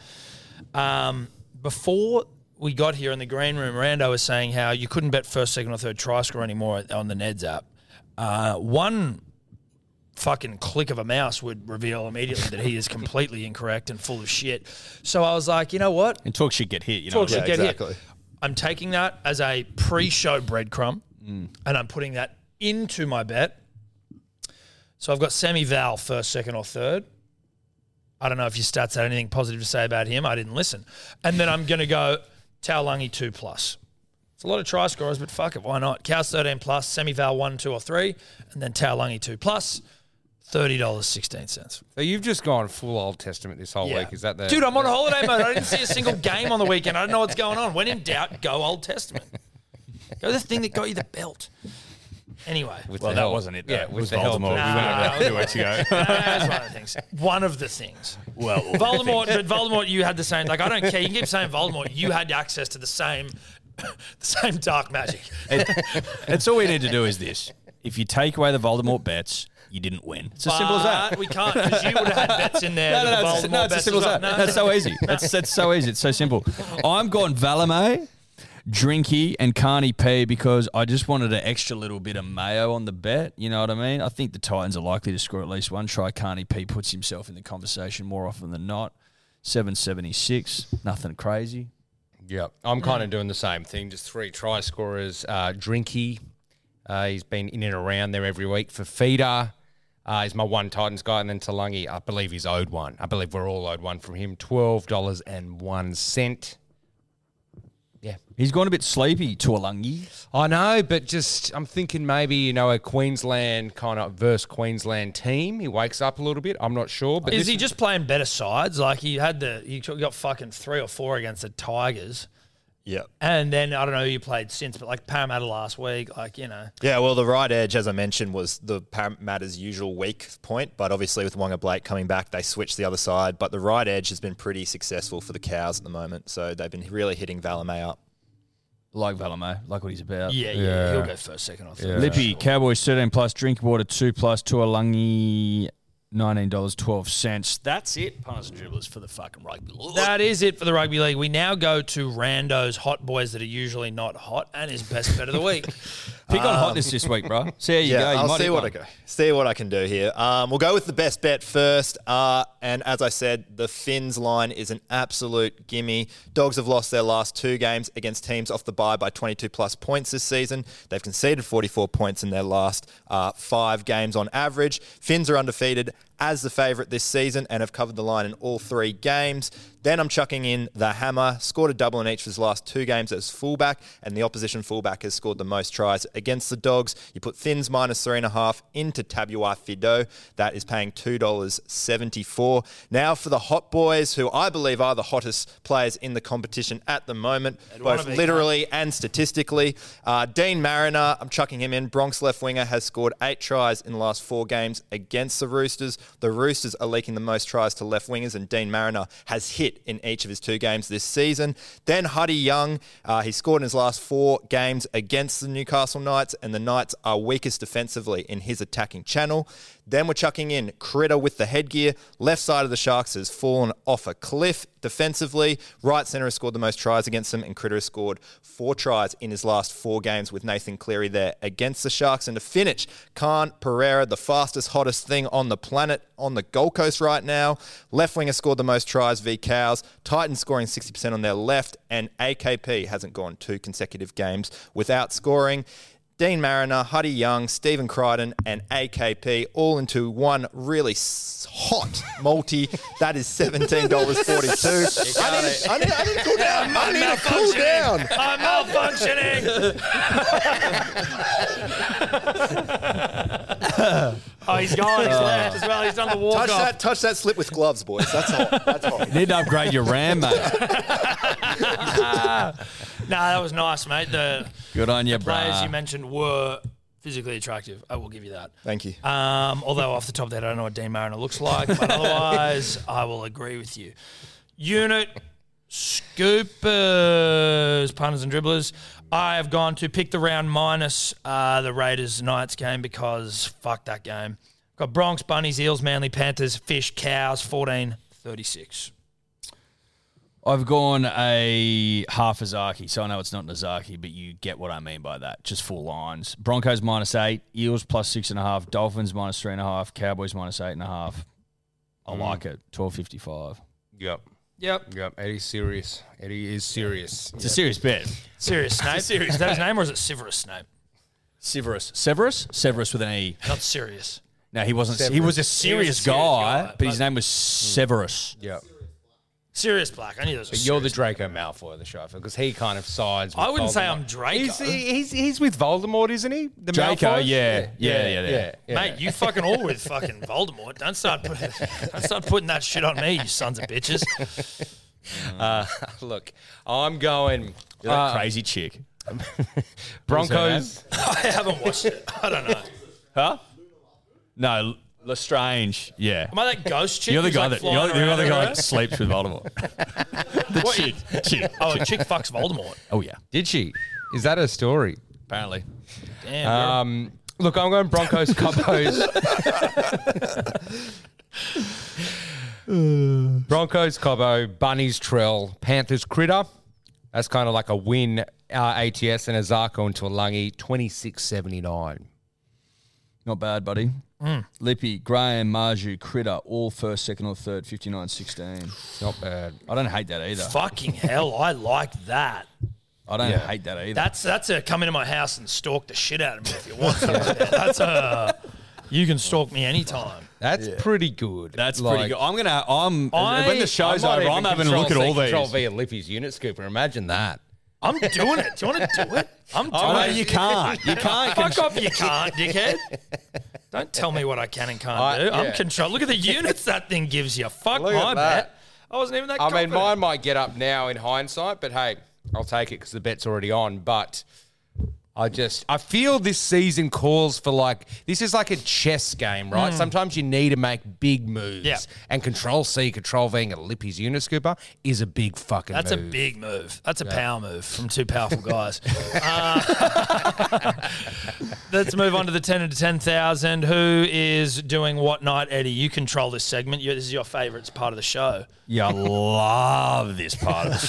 Um, before we got here in the green room, Rando was saying how you couldn't bet first, second, or third try score anymore on the Neds app. Uh, one fucking click of a mouse would reveal immediately that he is completely incorrect and full of shit. So I was like, you know what?
And talk shit, get hit. You know
Talk
what I
shit,
mean?
get hit.
exactly.
I'm taking that as a pre-show breadcrumb,
Mm.
and I'm putting that into my bet. So I've got Sammy Val first, second, or third. I don't know if your stats had anything positive to say about him. I didn't listen. And then I'm going to go Taolangi two plus. It's a lot of try scorers, but fuck it, why not? Cows thirteen plus, Sammy Val one, two, or three, and then Taolangi two plus. Thirty dollars sixteen cents.
So you've just gone full Old Testament this whole week. Is that the
dude? I'm on holiday mode. I didn't see a single game on the weekend. I don't know what's going on. When in doubt, go Old Testament. Go the thing that got you the belt. Anyway,
with
Well,
the
that
help-
wasn't it. though.
Yeah,
it
with
was
the
Voldemort.
help of-
We went over that two weeks ago.
that's one of the things. One of the things.
well,
Voldemort, but Voldemort, you had the same. Like I don't care. You keep saying Voldemort. You had access to the same, the same dark magic.
That's all we need to do is this. If you take away the Voldemort bets, you didn't win. It's as simple as that.
But We can't because you would have had bets in there.
No, no,
that
no,
the
it's,
Voldemort
no, it's as
bets
simple as
well.
that.
No,
That's so easy. That's, that's so easy. It's so simple. I'm going Valame, Drinky, and Carney P because I just wanted an extra little bit of mayo on the bet. You know what I mean? I think the Titans are likely to score at least one try. Carney P puts himself in the conversation more often than not. 776, nothing crazy.
Yeah, I'm kind of doing the same thing. Just three try scorers. Uh, Drinky, uh, he's been in and around there every week. For Feeder, uh, he's my one Titans guy, and then Talangi, I believe he's owed one. I believe we're all owed one from him. Twelve dollars and one cent. Yeah.
He's gone a bit sleepy, Tuolungi.
I know, but just I'm thinking maybe you know a Queensland kind of versus Queensland team. He wakes up a little bit. I'm not sure, but
Is
this-
he just playing better sides? Like he had the he got fucking three or four against the Tigers,
Yeah.
and then I don't know who you played since, but like Parramatta last week, like you know,
Yeah, well, the right edge, as I mentioned, was the Parramatta's usual weak point, but obviously with Wonga Blake coming back, they switched the other side. But the right edge has been pretty successful for the Cows at the moment, so they've been really hitting Valame up.
Like Valamo, like what he's about.
yeah, yeah,
Yeah.
he'll go first, second, or third.
Lippy, Cowboys 13 plus, Drinkwater 2 plus, Tuolungi $19.12. That's it, punters and dribblers, for the fucking rugby league.
That is it for the rugby league. We now go to Rando's hot boys that are usually not hot and his best bet of the week.
Pick on hotness this week, bro. See how you
Yeah,
go. You
I'll
might
see
hit
what
one.
I go. See what I can do here. Um, we'll go with the best bet first. Uh, and as I said, the Finns line is an absolute gimme. Dogs have lost their last two games against teams off the bye by 22 plus points this season. They've conceded 44 points in their last uh, five games on average. Finns are undefeated as the favourite this season and have covered the line in all three games. Then I'm chucking in the hammer, scored a double in each of his last two games as fullback, and the opposition fullback has scored the most tries against the Dogs. You put Thins minus three and a half into Tabua Fido. That is paying $2.74. Now for the hot boys, who I believe are the hottest players in the competition at the moment, both
wanna be,
literally literally and statistically. Uh, Dean Mariner, I'm chucking him in. Bronx left winger has scored eight tries in the last four games against the Roosters. The Roosters are leaking the most tries to left wingers, and Dean Mariner has hit in each of his two games this season. Then Huddy Young, uh, he scored in his last four games against the Newcastle Knights, and the Knights are weakest defensively in his attacking channel. Then we're chucking in Critter with the headgear. Left side of the Sharks has fallen off a cliff defensively. Right centre has scored the most tries against them, and Critter has scored four tries in his last four games with Nathan Cleary there against the Sharks. And to finish, Khan Pereira, the fastest, hottest thing on the planet on the Gold Coast right now. Left winger scored the most tries v Cows. Titans scoring 60% on their left, and AKP hasn't gone two consecutive games without scoring. Dean Mariner, Huddy Young, Stephen Crichton, and AKP all into one really s- hot multi. That is seventeen dollars forty-two. I need, I need, I need to cool down. I need to cool down.
I'm malfunctioning. oh, he's gone. He's left as well. He's done the walk
Uh, Touch
off.
that, touch that slip with gloves, boys. That's hot. That's hot.
Need to upgrade your RAM, mate.
No, that was nice, mate. The
Good on you,
players you
bro.
mentioned were physically attractive. I will give you that.
Thank
Uh,
you.
Um, although off the top of that, I don't know what Dean Mariner looks like, but otherwise, I will agree with you. Unit scoopers, punters and dribblers. I have gone to pick the round minus uh, the Raiders Knights game because fuck that game. Got Bronx, Bunnies, Eels, Manly, Panthers, Fish, Cows, 14, 36.
I've gone a half Azaki, so I know it's not an Azaki, but you get what I mean by that. Just full lines. Broncos minus eight, Eels plus six and a half, Dolphins minus three and a half, Cowboys minus eight and a half. I like it. Twelve fifty five.
yep,
Yep.
yep. Eddie's serious. Eddie is serious.
It's a serious bet.
Serious Snape. Serious. Is that his name or is it Severus Snape?
Severus. Severus? Severus with an E.
Not serious.
No, he wasn't. He was a serious,
serious
guy,
guy,
but, his name was Severus.
Yep.
Serious Black. I knew there was a
But you're the
serious-
Draco Malfoy of the show because he kind of sides. With
I wouldn't say I'm
Voldemort.
Draco.
He's, he's he's with Voldemort, isn't he? The
Draco,
Malfoys?
yeah. Yeah, yeah, yeah.
Mate, you fucking all with fucking Voldemort. Don't start putting, don't start putting that shit on me, you sons of bitches.
Look, I'm going
You're
Uh,
that crazy chick.
Broncos.
I haven't watched it. I don't know.
Huh? No, Lestrange. Yeah.
Am I that ghost chick?
You're the
who's,
guy
like,
that you're,
flying
you're the
around
guy
everywhere?
that sleeps with Voldemort. the chick, chick.
Oh, a chick fucks Voldemort.
Oh yeah,
Did she? Is that a story?
apparently.
Damn.
Um, look, I'm going Broncos, Cobos. Broncos, Cobo, Bunnies, Trell, Panthers, Critter. That's kind of like a win. Uh, ATS and Azarko and Tuolungi, 26.79.
Not bad, buddy. Lippy, Graham, Marju, Critter, all first, second, or third, 59-16.
Not bad.
I don't hate that either.
fucking hell, I like that.
I don't hate that either.
That's that's a come into my house and stalk the shit out of me if you want. to. That's a you can stalk me anytime.
That's pretty good.
That's
Like,
pretty good. I'm gonna. I'm
I-
when the show's
I might
over.
even
I'm having a look at
Control C,
all these.
Control V and Lippy's unit scooper. Imagine that.
I'm doing it. Do you want to do it? I'm doing
Oh, no,
it.
you can't. You can't.
Fuck off, you can't, dickhead. Don't tell me what I can and can't
I-
do. I'm
yeah.
control. Look at the units that thing gives you. Fuck
Look at
my
that.
bet. I wasn't even that
I mean,
confident.
mine might get up now in hindsight, but hey, I'll take it because the bet's already on. But I just, I feel this season calls for like, this is like a chess game, right?
Hmm.
Sometimes you need to make big moves.
Yeah.
And Control C, Control V, and a Lippy's unit scooper is a big fucking
That's
move.
a big move. That's a power move from two powerful guys. uh, let's move on to the 10 to 10,000. Who is doing what night, Eddie? You control this segment. You, this is your favorite. It's part of the show.
Yeah, I love this part of the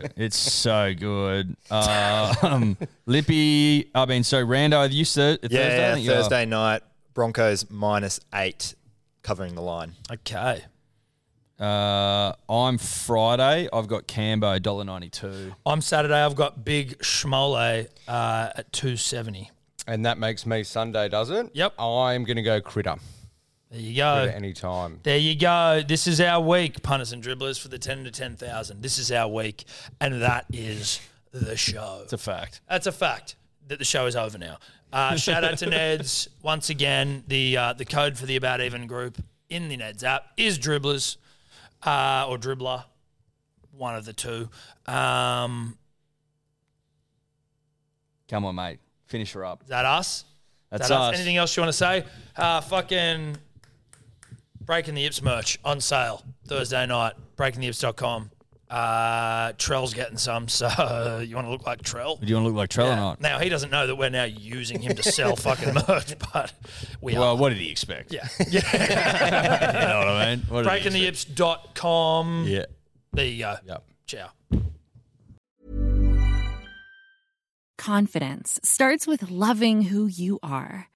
show. it's so good. Um, Lippy, I mean, so Rando, you said Thursday?
Yeah,
I
yeah,
think?
Thursday night, Broncos minus eight, covering the line.
Okay.
Uh, I'm Friday. I've got Cambo, $1.92.
On Saturday, I've got Big Schmole uh, at 270.
and that makes me Sunday, does it?
Yep.
I'm going to go critter
There you go.
Uh,
at any time.
There you go. This is our week, punters and dribblers, for the 10 to 10,000. This is our week, and that is the show.
It's a fact.
That's a fact that the show is over now. Uh, shout out to Neds. Once again, the uh, the code for the About Even group in the Neds app is Dribblers uh, or Dribbler, one of the two. Um,
Come on, mate. Finish her up.
is that us?
That's
that
us.
Anything else you want to say? Uh, fucking Breaking the Ips merch on sale Thursday night. BreakingTheIps.com. Uh, Trell's getting some, so you want to look like Trell?
Do you want to look like Trell or
Yeah.
not?
Now he doesn't know that we're now using him to sell fucking merch, but we
Well,
are.
what did he expect?
Yeah. yeah.
You know what I mean? What did he expect?
BreakingTheIps.com.
Yeah.
There you go.
Yep.
Ciao.
Confidence starts with loving who you are.